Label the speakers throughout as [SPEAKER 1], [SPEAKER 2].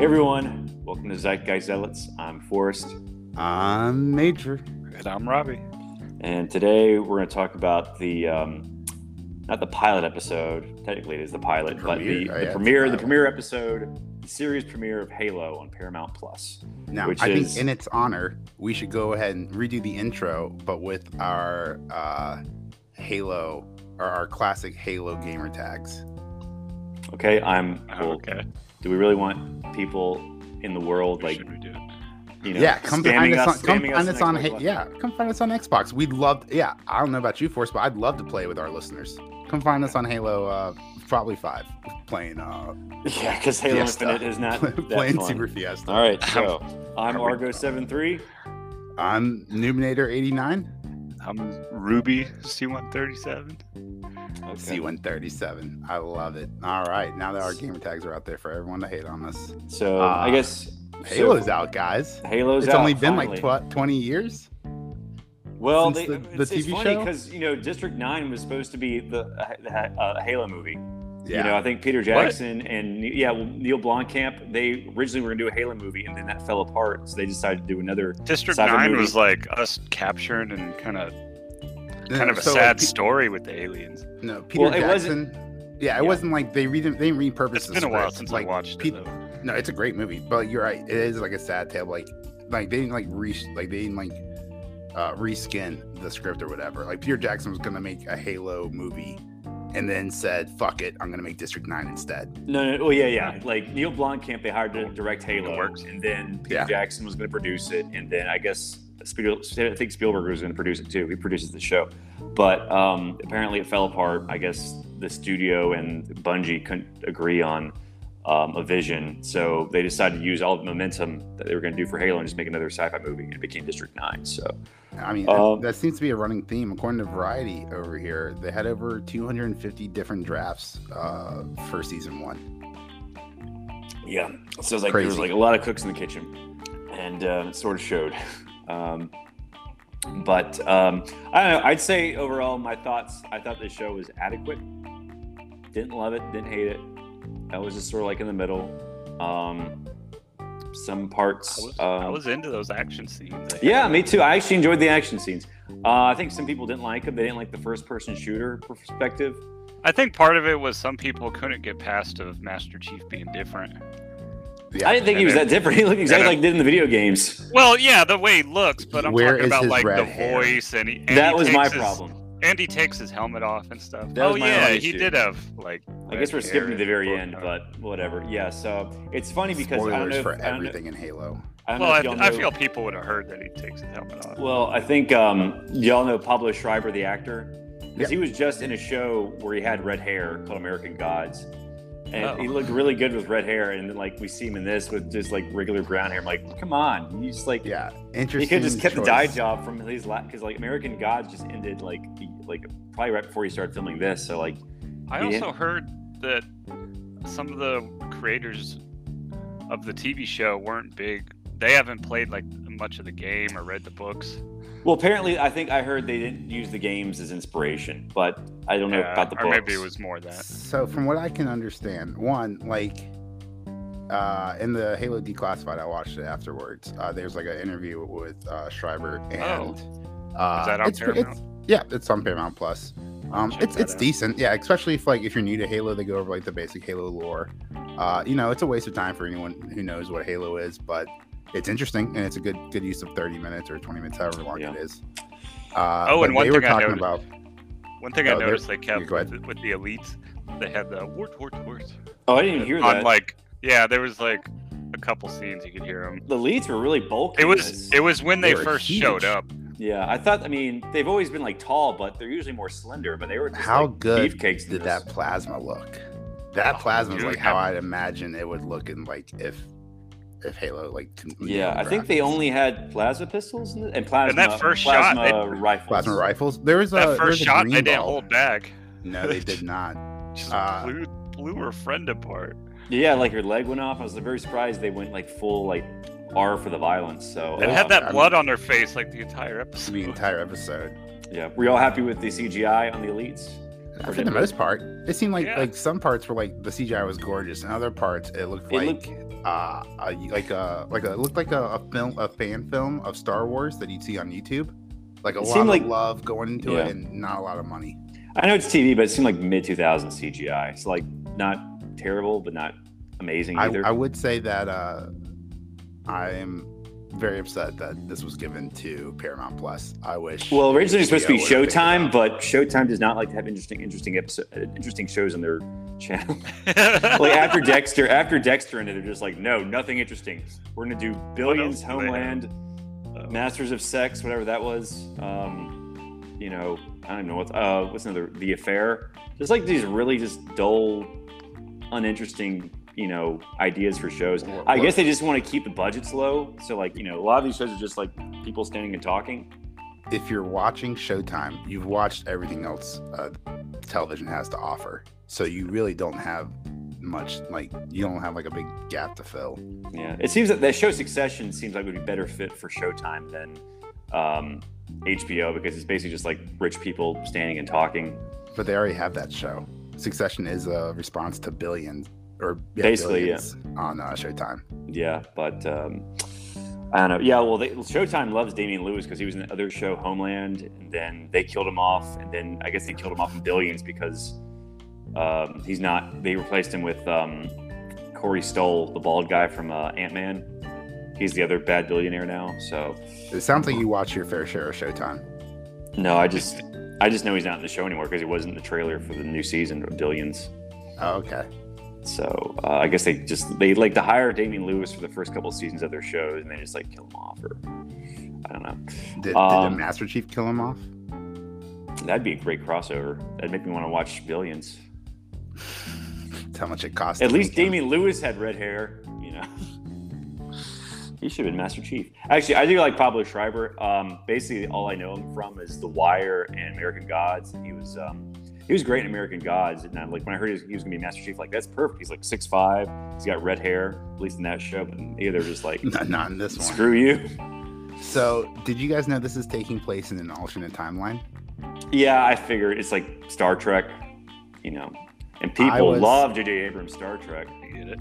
[SPEAKER 1] everyone, welcome to Zeitgeist Zealots. I'm Forrest,
[SPEAKER 2] I'm Major.
[SPEAKER 3] And I'm Robbie.
[SPEAKER 1] and today we're going to talk about the um, not the pilot episode. Technically, it is the pilot, but the,
[SPEAKER 2] Premiere? Oh, yeah,
[SPEAKER 1] the
[SPEAKER 2] it's the
[SPEAKER 1] premiere, the
[SPEAKER 2] pilot.
[SPEAKER 1] premiere episode, the series premiere of Halo on Paramount Plus.
[SPEAKER 2] Now,
[SPEAKER 1] Which
[SPEAKER 2] I
[SPEAKER 1] is-
[SPEAKER 2] think in its honor, we should go ahead and redo the intro, but with our uh, Halo or our classic Halo gamer tags.
[SPEAKER 1] Okay, I'm.
[SPEAKER 3] Oh,
[SPEAKER 1] well,
[SPEAKER 3] okay.
[SPEAKER 1] Do we really want people in the world like
[SPEAKER 3] should we do?
[SPEAKER 1] you know?
[SPEAKER 2] yeah, come find
[SPEAKER 1] spamming us,
[SPEAKER 2] us, on, come
[SPEAKER 1] spamming
[SPEAKER 2] find
[SPEAKER 1] us
[SPEAKER 2] us
[SPEAKER 1] on
[SPEAKER 2] on.
[SPEAKER 1] Xbox
[SPEAKER 2] Ha-
[SPEAKER 1] Live?
[SPEAKER 2] yeah, come find us on Xbox. We'd love. Yeah, I don't know about you, Force, but I'd love to play with our listeners. Come find us on Halo, uh, probably five, playing uh,
[SPEAKER 1] Yeah, because Halo
[SPEAKER 2] Fiesta.
[SPEAKER 1] Infinite is not that
[SPEAKER 2] playing
[SPEAKER 1] fun.
[SPEAKER 2] Super Fiesta.
[SPEAKER 1] All right, so I'm
[SPEAKER 3] Are we-
[SPEAKER 1] Argo 73
[SPEAKER 2] I'm Numinator eighty nine,
[SPEAKER 3] I'm Ruby C137.
[SPEAKER 1] okay.
[SPEAKER 2] C one thirty seven. I love it. All right, now that our gamer tags are out there for everyone to hate on us.
[SPEAKER 1] So
[SPEAKER 2] Uh,
[SPEAKER 1] I guess
[SPEAKER 2] Halo's out, guys.
[SPEAKER 1] So, Halo's
[SPEAKER 2] It's
[SPEAKER 1] out,
[SPEAKER 2] only been
[SPEAKER 1] finally.
[SPEAKER 2] like tw- 20 years.
[SPEAKER 1] Well,
[SPEAKER 2] since
[SPEAKER 1] they,
[SPEAKER 2] the- the
[SPEAKER 1] it's, it's
[SPEAKER 2] TV
[SPEAKER 1] funny
[SPEAKER 2] show?
[SPEAKER 1] because you know District Nine was supposed to be the, uh, the uh, Halo movie.
[SPEAKER 2] Yeah.
[SPEAKER 1] You know, I think Peter Jackson and yeah, well, Neil Blomkamp they originally were going to do a Halo movie, and then that fell apart, so they decided to do another.
[SPEAKER 3] District
[SPEAKER 1] Sci-fi
[SPEAKER 3] 9
[SPEAKER 1] movie.
[SPEAKER 3] was like us capturing and kind of
[SPEAKER 2] No,
[SPEAKER 3] kind of a
[SPEAKER 2] Uh, so,
[SPEAKER 3] sad
[SPEAKER 2] like,
[SPEAKER 3] story with the aliens.
[SPEAKER 2] Pe- no, Peter
[SPEAKER 1] Well, it
[SPEAKER 2] Jackson.
[SPEAKER 1] wasn't-
[SPEAKER 2] yeah,
[SPEAKER 1] yeah.
[SPEAKER 2] it wasn't like they re- they didn't repurpose.
[SPEAKER 3] It's
[SPEAKER 2] the
[SPEAKER 3] been a while
[SPEAKER 2] script.
[SPEAKER 3] since
[SPEAKER 2] like,
[SPEAKER 3] I watched
[SPEAKER 2] Pe-
[SPEAKER 3] it. Though.
[SPEAKER 2] No, it's a great movie, but you're right. It is like a sad tale. Like, like they didn't like re like they didn't like uh, reskin the script or whatever. Like Peter Jackson was gonna make a Halo movie, and then said, "Fuck it, I'm gonna make District Nine instead."
[SPEAKER 1] No, no, well, yeah, yeah. Like Neil Blomkamp, they hired to direct Halo,
[SPEAKER 3] It works.
[SPEAKER 1] and then Peter
[SPEAKER 2] Yeah.
[SPEAKER 1] Jackson was going to produce it, and then I guess Spiel- I think Spielberg was going to produce it too. He produces the show, but um, apparently it fell apart. I guess the studio and Bungie couldn't agree on um, a vision, so they decided to use all the momentum that they were going to do for Halo and just make another sci-fi movie, and it became District Nine. So
[SPEAKER 2] I mean,
[SPEAKER 1] Um,
[SPEAKER 2] that, that seems to be a running theme. According to Variety over here, they had over 250 different drafts uh, for season one.
[SPEAKER 1] yeah, so it's like there was
[SPEAKER 2] Crazy.
[SPEAKER 1] like a lot of cooks in the kitchen, and um, it sort of showed. Um, but um, I don't know. I'd say overall, my thoughts. I thought this show was adequate. Didn't love it. Didn't hate it. I was just sort of like in the middle. Um, some parts.
[SPEAKER 3] I, was, I
[SPEAKER 1] um,
[SPEAKER 3] was into those action scenes. they
[SPEAKER 1] yeah,
[SPEAKER 3] had.
[SPEAKER 1] me too. I actually enjoyed the action scenes. Uh, I think some people didn't like them. They didn't like the first-person shooter perspective.
[SPEAKER 3] I think part of it was some people couldn't get past of Master Chief being different.
[SPEAKER 2] Yeah.
[SPEAKER 1] I didn't think he was that different. He looked exactly
[SPEAKER 3] and uh, I-
[SPEAKER 1] like he did in the video games.
[SPEAKER 3] Well, yeah, the way he looks, but I'm
[SPEAKER 2] Where
[SPEAKER 3] talking
[SPEAKER 2] is
[SPEAKER 3] about
[SPEAKER 2] his
[SPEAKER 3] like
[SPEAKER 2] red
[SPEAKER 3] the
[SPEAKER 2] hair?
[SPEAKER 3] voice and, he, and
[SPEAKER 1] That
[SPEAKER 3] he
[SPEAKER 1] was my
[SPEAKER 3] takes his-
[SPEAKER 1] problem.
[SPEAKER 3] And he takes his helmet off and stuff.
[SPEAKER 1] That was
[SPEAKER 3] oh
[SPEAKER 1] my
[SPEAKER 3] yeah,
[SPEAKER 1] only
[SPEAKER 3] he
[SPEAKER 1] issue.
[SPEAKER 3] did have like.
[SPEAKER 1] I guess
[SPEAKER 3] red
[SPEAKER 1] we're skipping to
[SPEAKER 3] hair
[SPEAKER 1] the very
[SPEAKER 3] and-
[SPEAKER 1] end, but whatever. Yeah, so it's funny because I don't
[SPEAKER 2] spoilers
[SPEAKER 1] know if,
[SPEAKER 2] for
[SPEAKER 1] I don't know-
[SPEAKER 2] everything in Halo.
[SPEAKER 1] I don't know
[SPEAKER 3] Well,
[SPEAKER 1] if y'all
[SPEAKER 3] I, I
[SPEAKER 1] know-
[SPEAKER 3] feel people would have heard that he takes his helmet off.
[SPEAKER 1] Well, I think um, y'all know Pablo Schreiber, the actor, because
[SPEAKER 2] Yep.
[SPEAKER 1] he was just in a show where he had red hair called American Gods, and
[SPEAKER 3] Oh.
[SPEAKER 1] he looked really good with red hair. And then like we see him in this with just like regular brown hair. I'm like, come on, you just like
[SPEAKER 2] Yeah, interesting.
[SPEAKER 1] he could just kept
[SPEAKER 2] choice.
[SPEAKER 1] the dye job from his lap because like American Gods just ended like he- like probably right before he started filming this. So like
[SPEAKER 3] I
[SPEAKER 1] Yeah.
[SPEAKER 3] also heard that some of the creators of the TV show weren't big. They haven't played like much of the game or read the books.
[SPEAKER 1] Well, apparently, I think I heard they didn't use the games as inspiration, but I don't know
[SPEAKER 3] Uh,
[SPEAKER 1] about the books.
[SPEAKER 3] or maybe it was more that.
[SPEAKER 2] So, from what I can understand, one like uh, in the Halo Declassified, I watched it afterwards. Uh, there's like an interview with uh, Schreiber, and uh,
[SPEAKER 3] Oh. Is that on
[SPEAKER 2] it's, pre- it's- yeah, it's on Paramount Plus. Um,
[SPEAKER 3] Check
[SPEAKER 2] it's
[SPEAKER 3] that
[SPEAKER 2] it's
[SPEAKER 3] out.
[SPEAKER 2] decent, yeah. Especially if like if you're new to Halo, they go over like the basic Halo lore. Uh, you know, it's a waste of time for anyone who knows what Halo is, but it's interesting and it's a good good use of 30 minutes or 20 minutes, however long
[SPEAKER 1] Yeah.
[SPEAKER 2] it is. Uh,
[SPEAKER 3] Oh, and
[SPEAKER 2] but
[SPEAKER 3] one
[SPEAKER 2] they were
[SPEAKER 3] thing I
[SPEAKER 2] talking
[SPEAKER 3] noticed-
[SPEAKER 2] about
[SPEAKER 3] One thing
[SPEAKER 2] Oh,
[SPEAKER 3] I
[SPEAKER 2] there-
[SPEAKER 3] noticed they kept
[SPEAKER 2] go ahead.
[SPEAKER 3] with, with the elites, they had the wart, wart, wart.
[SPEAKER 1] Oh, I didn't even hear
[SPEAKER 3] on
[SPEAKER 1] that.
[SPEAKER 3] like, yeah, there was like a couple scenes you could hear them.
[SPEAKER 1] the leads were really bulky.
[SPEAKER 3] It
[SPEAKER 1] in
[SPEAKER 3] was
[SPEAKER 1] this.
[SPEAKER 3] it was when
[SPEAKER 2] They
[SPEAKER 3] they
[SPEAKER 2] were
[SPEAKER 3] first
[SPEAKER 2] huge.
[SPEAKER 3] showed up.
[SPEAKER 1] yeah. I thought. I mean, they've always been like tall, but they're usually more slender. But they were just,
[SPEAKER 2] how
[SPEAKER 1] like,
[SPEAKER 2] good
[SPEAKER 1] beefcakes in
[SPEAKER 2] did
[SPEAKER 1] this.
[SPEAKER 2] that plasma look? That
[SPEAKER 3] Oh,
[SPEAKER 2] plasma is
[SPEAKER 3] dude,
[SPEAKER 2] like how
[SPEAKER 3] I-
[SPEAKER 2] I'd imagine it would look in like if if Halo like con-
[SPEAKER 1] Yeah, I think they only had plasma pistols in this, and plasma.
[SPEAKER 3] that first shot,
[SPEAKER 1] plasma rifles.
[SPEAKER 2] plasma rifles. There was a
[SPEAKER 3] That
[SPEAKER 2] there was
[SPEAKER 3] first
[SPEAKER 2] a
[SPEAKER 3] shot,
[SPEAKER 2] green
[SPEAKER 3] they didn't
[SPEAKER 2] ball.
[SPEAKER 3] hold back.
[SPEAKER 2] No, they did not.
[SPEAKER 3] Just
[SPEAKER 1] Ah.
[SPEAKER 2] Uh,
[SPEAKER 3] blew, blew her friend apart.
[SPEAKER 1] Yeah, like your leg went off. I was very surprised they went like full like R for the violence. So
[SPEAKER 3] It
[SPEAKER 1] uh,
[SPEAKER 3] had
[SPEAKER 2] I
[SPEAKER 3] that
[SPEAKER 2] mean-
[SPEAKER 3] blood on their face like the entire episode.
[SPEAKER 2] The entire episode.
[SPEAKER 1] Yeah, were y'all happy with the CGI on the elites?
[SPEAKER 2] For the most part, it seemed like
[SPEAKER 3] Yeah.
[SPEAKER 2] like some parts were like the CGI was gorgeous, and other parts it looked
[SPEAKER 1] It
[SPEAKER 2] like
[SPEAKER 1] looked-
[SPEAKER 2] uh, a, like a like a it looked like a, a film a fan film of Star Wars that you'd see on YouTube. Like a
[SPEAKER 1] It
[SPEAKER 2] lot
[SPEAKER 1] seemed
[SPEAKER 2] of
[SPEAKER 1] like-
[SPEAKER 2] love going into
[SPEAKER 1] Yeah.
[SPEAKER 2] it and not a lot of money.
[SPEAKER 1] I know it's TV, but it seemed like mid 2000s CGI. It's like not terrible, but not amazing
[SPEAKER 2] I,
[SPEAKER 1] either.
[SPEAKER 2] I would say that uh, I am very upset that this was given to Paramount Plus. I wish.
[SPEAKER 1] well, originally it was supposed to be
[SPEAKER 2] HBO would've picked it
[SPEAKER 1] Showtime,
[SPEAKER 2] up.
[SPEAKER 1] but Showtime does not like to have interesting, interesting episode, uh, interesting shows on their channel. like after Dexter, after Dexter ended, they're just like, no, nothing interesting. We're gonna do Billions,
[SPEAKER 3] else do Oh, they have? Oh.
[SPEAKER 1] Homeland, Masters of Sex, whatever that was. Um, you know, I don't even know what. Uh, what's another? The Affair. Just like these really just dull, uninteresting, you know, ideas for shows.
[SPEAKER 2] Well,
[SPEAKER 1] I
[SPEAKER 2] well-
[SPEAKER 1] guess they just want to keep the budgets low. So like, you know, a lot of these shows are just like people standing and talking.
[SPEAKER 2] if you're watching Showtime, you've watched everything else uh, television has to offer. So you really don't have much like you don't have like a big gap to fill.
[SPEAKER 1] Yeah, it seems that the show Succession seems like it would be better fit for Showtime than um, HBO because it's basically just like rich people standing and talking.
[SPEAKER 2] But they already have that show. Succession is a response to Billions or yeah,
[SPEAKER 1] Basically, yeah.
[SPEAKER 2] Billions on uh, Showtime.
[SPEAKER 1] Yeah, but um, I don't know. Yeah, well, they, Showtime loves Damian Lewis because he was in the other show Homeland, and then they killed him off, and then I guess they killed him off in Billions because um, he's not. They replaced him with um, Corey Stoll, the bald guy from uh, Ant Man. He's the other bad billionaire now. So
[SPEAKER 2] It sounds like you watch your fair share of Showtime.
[SPEAKER 1] no, I just. I just know he's not in the show anymore because he wasn't in the trailer for the new season of Billions.
[SPEAKER 2] Oh, okay.
[SPEAKER 1] So uh, I guess they just they like to hire Damian Lewis for the first couple seasons of their shows, and they just like kill him off, or I don't know.
[SPEAKER 2] Did, did
[SPEAKER 1] Um,
[SPEAKER 2] the Master Chief kill him off?
[SPEAKER 1] That'd be a great crossover. That'd make me want to watch Billions.
[SPEAKER 2] That's how much it cost.
[SPEAKER 1] At
[SPEAKER 2] to
[SPEAKER 1] least
[SPEAKER 2] make him.
[SPEAKER 1] Damian Lewis had red hair, you know. he should have been Master Chief. Actually, I do like Pablo Schreiber. Um, basically, all I know him from is The Wire and American Gods. He was um, he was great in American Gods, and I, like when I heard he was, he was gonna be Master Chief, like that's perfect. He's like six five. He's got red hair, at least in that show. But here they're just like,
[SPEAKER 2] Not, not in this one.
[SPEAKER 1] screw you.
[SPEAKER 2] So, did you guys know this is taking place in an alternate timeline?
[SPEAKER 1] Yeah, I figure it's like Star Trek, you know. And
[SPEAKER 2] I
[SPEAKER 1] people
[SPEAKER 2] was-
[SPEAKER 1] love J.J. Abrams Star Trek.
[SPEAKER 3] I get it.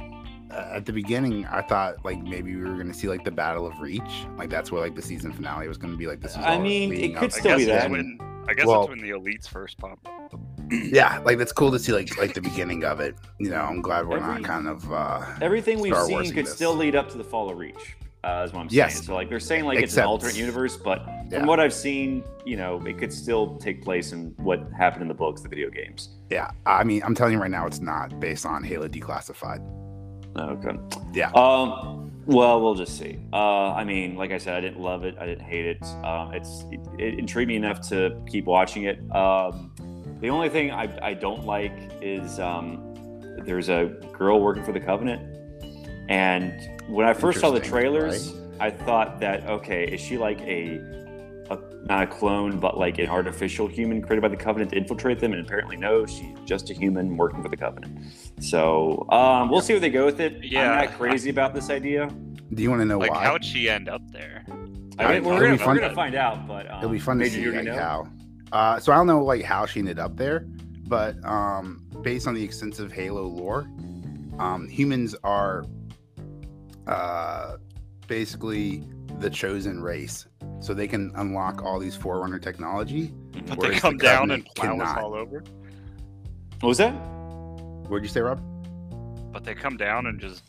[SPEAKER 2] uh, at the beginning, I thought like maybe we were gonna see like the Battle of Reach, like that's where like the season finale was gonna be. Like this. Was
[SPEAKER 1] I
[SPEAKER 2] all
[SPEAKER 1] mean,
[SPEAKER 2] leading
[SPEAKER 1] it
[SPEAKER 2] up
[SPEAKER 1] could
[SPEAKER 2] to
[SPEAKER 3] I
[SPEAKER 1] Still
[SPEAKER 3] guess
[SPEAKER 1] be
[SPEAKER 3] it's
[SPEAKER 1] that.
[SPEAKER 3] when I guess
[SPEAKER 2] Well-
[SPEAKER 3] it's when the elites first pop. up.
[SPEAKER 2] Yeah, like that's cool to see like like the beginning of it. You know, I'm glad we're
[SPEAKER 1] Every-
[SPEAKER 2] not kind of. uh
[SPEAKER 1] Everything we've
[SPEAKER 2] Star
[SPEAKER 1] seen
[SPEAKER 2] Warsing
[SPEAKER 1] could
[SPEAKER 2] this.
[SPEAKER 1] still lead up to the fall of Reach, uh, is what I'm saying.
[SPEAKER 2] Yes.
[SPEAKER 1] So like they're saying like it's an
[SPEAKER 2] Except-
[SPEAKER 1] alternate universe, but
[SPEAKER 2] Yeah.
[SPEAKER 1] from what I've seen, you know, it could still take place in what happened in the books, the video games.
[SPEAKER 2] Yeah, I mean, I'm telling you right now, it's not based on Halo Declassified.
[SPEAKER 1] Okay.
[SPEAKER 2] Yeah.
[SPEAKER 1] Um. Well, we'll just see. Uh, I mean, like I said, I didn't love it. I didn't hate it. Um, it's it, it intrigued me enough to keep watching it. Um, the only thing I, I don't like is um, there's a girl working for the Covenant, and when I first saw the
[SPEAKER 2] Interesting,
[SPEAKER 1] trailers, I thought that okay, is she like a, a not a clone, but like an artificial human created by the Covenant to infiltrate them? And apparently, no, she's just a human working for the Covenant. So um, we'll see where they go with it.
[SPEAKER 3] Yeah.
[SPEAKER 1] I'm not crazy about this idea.
[SPEAKER 2] Do you want to know
[SPEAKER 3] Like,
[SPEAKER 2] why?
[SPEAKER 3] how'd she end up there?
[SPEAKER 1] I
[SPEAKER 2] I-
[SPEAKER 1] mean, we're
[SPEAKER 2] it'll
[SPEAKER 1] gonna,
[SPEAKER 2] be
[SPEAKER 1] we're
[SPEAKER 2] fun-
[SPEAKER 1] gonna find out, but um,
[SPEAKER 2] It'll be fun to
[SPEAKER 1] maybe
[SPEAKER 2] see
[SPEAKER 1] you
[SPEAKER 2] like
[SPEAKER 1] already know.
[SPEAKER 2] how. Uh, so I don't know like how she ended up there, but um, based on the extensive Halo lore, um, humans are uh, basically the chosen race, so they can unlock all these Forerunner technology.
[SPEAKER 3] But
[SPEAKER 2] Whereas
[SPEAKER 3] they
[SPEAKER 2] the
[SPEAKER 3] come down and
[SPEAKER 2] Covenant
[SPEAKER 3] plow us
[SPEAKER 2] cannot.
[SPEAKER 3] all over.
[SPEAKER 1] What was that?
[SPEAKER 2] Where'd you say, Rob?
[SPEAKER 3] But they come down and just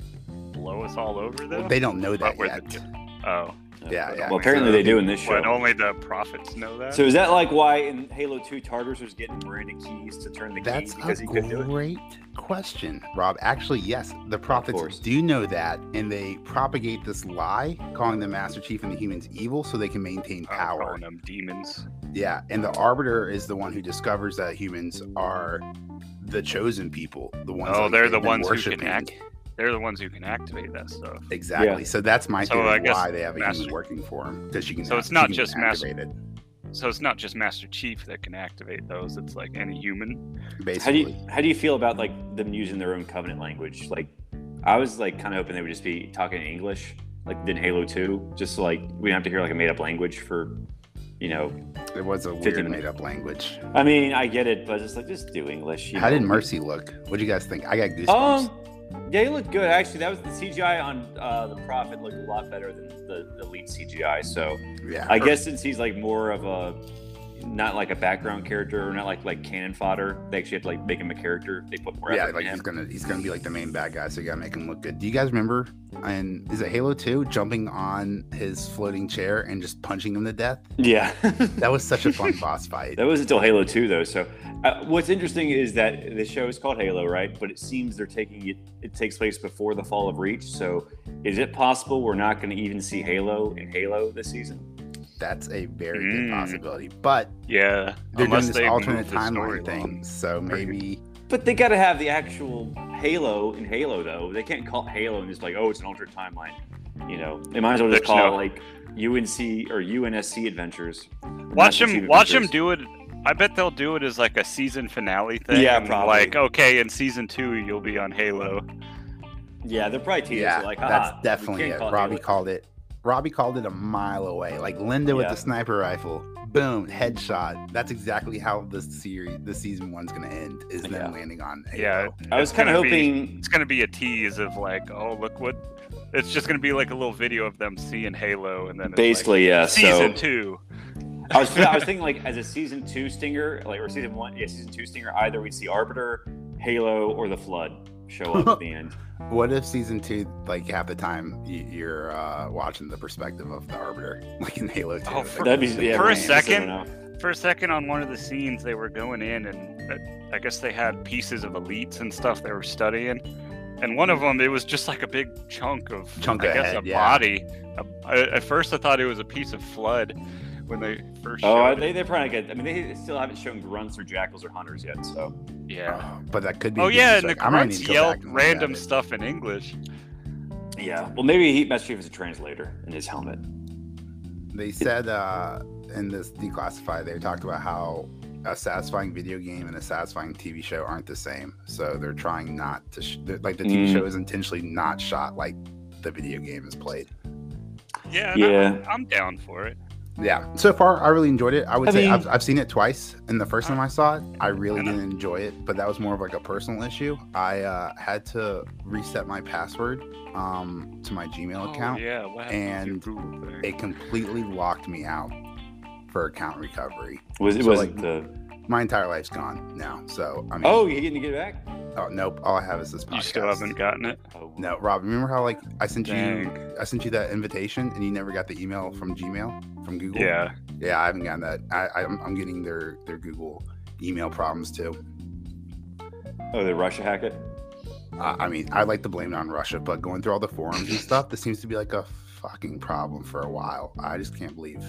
[SPEAKER 3] blow us all over though.
[SPEAKER 2] They don't know that
[SPEAKER 3] But we're
[SPEAKER 2] yet.
[SPEAKER 3] the- oh,
[SPEAKER 2] Yeah, yeah.
[SPEAKER 1] Well, apparently they do in this
[SPEAKER 3] but
[SPEAKER 1] show.
[SPEAKER 3] only the prophets know that.
[SPEAKER 1] So is that like why in Halo 2 Tartarus was getting Miranda keys to turn the
[SPEAKER 2] That's
[SPEAKER 1] key
[SPEAKER 2] a
[SPEAKER 1] because he couldn't do it?
[SPEAKER 2] great question, Rob. Actually, yes, the
[SPEAKER 1] course.
[SPEAKER 2] prophets do know that, and they propagate this lie, calling the Master Chief and the humans evil, so they can maintain
[SPEAKER 3] Oh, I'm
[SPEAKER 2] power.
[SPEAKER 3] calling them demons.
[SPEAKER 2] Yeah, and the Arbiter is the one who discovers that humans are the chosen people, the ones.
[SPEAKER 3] Oh,
[SPEAKER 2] like,
[SPEAKER 3] they're
[SPEAKER 2] they've
[SPEAKER 3] the
[SPEAKER 2] been
[SPEAKER 3] ones who can
[SPEAKER 2] worshiping.
[SPEAKER 3] act- They're the ones who can activate that stuff.
[SPEAKER 2] Exactly. So that's my
[SPEAKER 3] So
[SPEAKER 2] theory
[SPEAKER 3] I
[SPEAKER 2] of
[SPEAKER 3] guess
[SPEAKER 2] why they have a human
[SPEAKER 3] Master-
[SPEAKER 2] working for him because she can.
[SPEAKER 3] So
[SPEAKER 2] act-
[SPEAKER 3] it's not
[SPEAKER 2] she can
[SPEAKER 3] just Master-
[SPEAKER 2] activate it,
[SPEAKER 3] So it's not just Master Chief that can activate those. It's like any human.
[SPEAKER 1] How do
[SPEAKER 2] basically.
[SPEAKER 1] you how do you feel about like them using their own covenant language? Like, I was like kind of hoping they would just be talking in English, like in Halo 2, just so, like we don't have to hear like a made up language for, you know.
[SPEAKER 2] It was a
[SPEAKER 1] 50
[SPEAKER 2] weird
[SPEAKER 1] minutes.
[SPEAKER 2] made-up language.
[SPEAKER 1] I mean, I get it, but it's like just do English. you
[SPEAKER 2] How
[SPEAKER 1] know?
[SPEAKER 2] did Mercy look? What do you guys think? I got goosebumps.
[SPEAKER 1] Um, They look good. Actually, that was the CGI on uh, the Prophet looked a lot better than the, the lead CGI. So
[SPEAKER 2] Yeah.
[SPEAKER 1] I guess since he's like more of a not like a background character or not like like cannon fodder, they actually had to like make him a character. They put more
[SPEAKER 2] yeah,
[SPEAKER 1] effort
[SPEAKER 2] like
[SPEAKER 1] in
[SPEAKER 2] he's
[SPEAKER 1] him.
[SPEAKER 2] gonna he's gonna be like the main bad guy, so you gotta make him look good. Do you guys remember? And is it Halo Two jumping on his floating chair and just punching him to death?
[SPEAKER 1] Yeah.
[SPEAKER 2] That was such a fun boss fight.
[SPEAKER 1] That was until Halo 2, though. So, uh, what's interesting is that the show is called Halo, right? But it seems they're taking it, it takes place before the fall of Reach. So, is it possible we're not going to even see Halo in Halo this season?
[SPEAKER 2] That's a very
[SPEAKER 3] Mm.
[SPEAKER 2] good possibility. But
[SPEAKER 3] Yeah,
[SPEAKER 2] they're
[SPEAKER 3] unless
[SPEAKER 2] doing
[SPEAKER 3] they
[SPEAKER 2] this alternate
[SPEAKER 3] move the story
[SPEAKER 2] timeline
[SPEAKER 3] along.
[SPEAKER 2] thing, so maybe
[SPEAKER 1] But they got to have the actual Halo in Halo, though. They can't call it Halo and just like, oh, it's an alternate timeline. You know, they might as well just
[SPEAKER 3] There's
[SPEAKER 1] call
[SPEAKER 3] no-
[SPEAKER 1] it like UNC or UNSC Adventures.
[SPEAKER 3] Watch
[SPEAKER 1] Master
[SPEAKER 3] him.
[SPEAKER 1] Chief
[SPEAKER 3] Watch him
[SPEAKER 1] Adventures.
[SPEAKER 3] do it. I bet they'll do it as like a season finale thing.
[SPEAKER 1] Yeah,
[SPEAKER 3] and
[SPEAKER 1] probably.
[SPEAKER 3] Like, okay, in season two, you'll be on Halo.
[SPEAKER 1] Yeah, they're probably teasing.
[SPEAKER 2] yeah,
[SPEAKER 1] like,
[SPEAKER 2] that's
[SPEAKER 1] "Ah, we
[SPEAKER 2] definitely
[SPEAKER 1] can't
[SPEAKER 2] it.
[SPEAKER 1] call
[SPEAKER 2] Robbie
[SPEAKER 1] Halo."
[SPEAKER 2] called it. Robbie called it a mile away. Like Linda with
[SPEAKER 1] Yeah.
[SPEAKER 2] the sniper rifle, boom, headshot. That's exactly how the series, the season one's gonna end, is them
[SPEAKER 1] Yeah.
[SPEAKER 2] landing on. Halo.
[SPEAKER 3] Yeah,
[SPEAKER 1] I was
[SPEAKER 3] It's
[SPEAKER 1] kind of
[SPEAKER 3] gonna be-
[SPEAKER 1] hoping
[SPEAKER 3] It's gonna be a tease of like, oh, look what. It's just gonna be like a little video of them seeing Halo, and then it's like,
[SPEAKER 1] basically, yeah. so,
[SPEAKER 3] season two.
[SPEAKER 1] I was, I was thinking like as a season two stinger, like or season one, yeah, season two stinger. Either we'd see Arbiter, Halo, or the Flood show up at the end.
[SPEAKER 2] What if season two, like half the time, y- you're uh, watching the perspective of the Arbiter, like in Halo 2?
[SPEAKER 3] Oh, for-
[SPEAKER 1] That'd be yeah,
[SPEAKER 3] For a
[SPEAKER 1] man, so
[SPEAKER 3] second?
[SPEAKER 1] no.
[SPEAKER 3] For a second, on one of the scenes, they were going in, and uh, I guess they had pieces of elites and stuff they were studying. And one of them, it was just like a big chunk of,
[SPEAKER 2] Chunk
[SPEAKER 3] I
[SPEAKER 2] of
[SPEAKER 3] guess,
[SPEAKER 2] head,
[SPEAKER 3] a
[SPEAKER 2] yeah.
[SPEAKER 3] body. A- I- at first, I thought it was a piece of flood when they first.
[SPEAKER 1] Oh,
[SPEAKER 3] showed
[SPEAKER 1] they
[SPEAKER 3] it.
[SPEAKER 1] they probably get. I mean, they still haven't shown grunts or jackals or hunters yet. So
[SPEAKER 3] Yeah.
[SPEAKER 2] But that could be.
[SPEAKER 3] Oh
[SPEAKER 2] just
[SPEAKER 3] yeah,
[SPEAKER 2] as,
[SPEAKER 3] and the
[SPEAKER 2] Uh, like, I might
[SPEAKER 3] grunts
[SPEAKER 2] need to go back
[SPEAKER 3] yelled
[SPEAKER 2] and look at
[SPEAKER 3] random
[SPEAKER 2] it.
[SPEAKER 3] stuff in English.
[SPEAKER 1] yeah, well maybe he, Master Chief is a translator in his helmet.
[SPEAKER 2] They said uh, in this declassified, they talked about how a satisfying video game and a satisfying TV show aren't the same. So they're trying not to, sh- they're- like, the TV
[SPEAKER 1] Mm.
[SPEAKER 2] show is intentionally not shot like the video game is played.
[SPEAKER 3] Yeah. and
[SPEAKER 1] Yeah.
[SPEAKER 3] I'm, I'm down for it.
[SPEAKER 2] Yeah. Mm. So far, I really enjoyed it. I would
[SPEAKER 1] I
[SPEAKER 2] say
[SPEAKER 1] mean-
[SPEAKER 2] I've, I've seen it twice. And the first time I saw it, I really
[SPEAKER 3] And I-
[SPEAKER 2] didn't enjoy it, but that was more of like a personal issue. I uh, had to reset my password um, to my Gmail account.
[SPEAKER 3] Oh, yeah. What happened
[SPEAKER 2] and
[SPEAKER 3] to your Google thing?
[SPEAKER 2] It completely locked me out for account recovery.
[SPEAKER 1] Was it
[SPEAKER 2] So,
[SPEAKER 1] was
[SPEAKER 2] like-
[SPEAKER 1] the?
[SPEAKER 2] My entire life's gone now. So I mean,
[SPEAKER 1] Oh, you didn't get it back.
[SPEAKER 2] oh, nope. All I have is this podcast.
[SPEAKER 3] you still haven't gotten it.
[SPEAKER 1] Oh,
[SPEAKER 2] No, Rob. Remember how like I sent you,
[SPEAKER 3] Dang.
[SPEAKER 2] I sent you that invitation, and you never got the email from Gmail from Google.
[SPEAKER 3] Yeah.
[SPEAKER 2] Yeah, I haven't gotten that. I, I'm, I'm getting their their Google email problems too.
[SPEAKER 1] Oh, the Russia hack it.
[SPEAKER 2] Uh, I, I mean, I like to blame it on Russia, but going through all the forums and stuff, this seems to be like a fucking problem for a while. I just can't believe,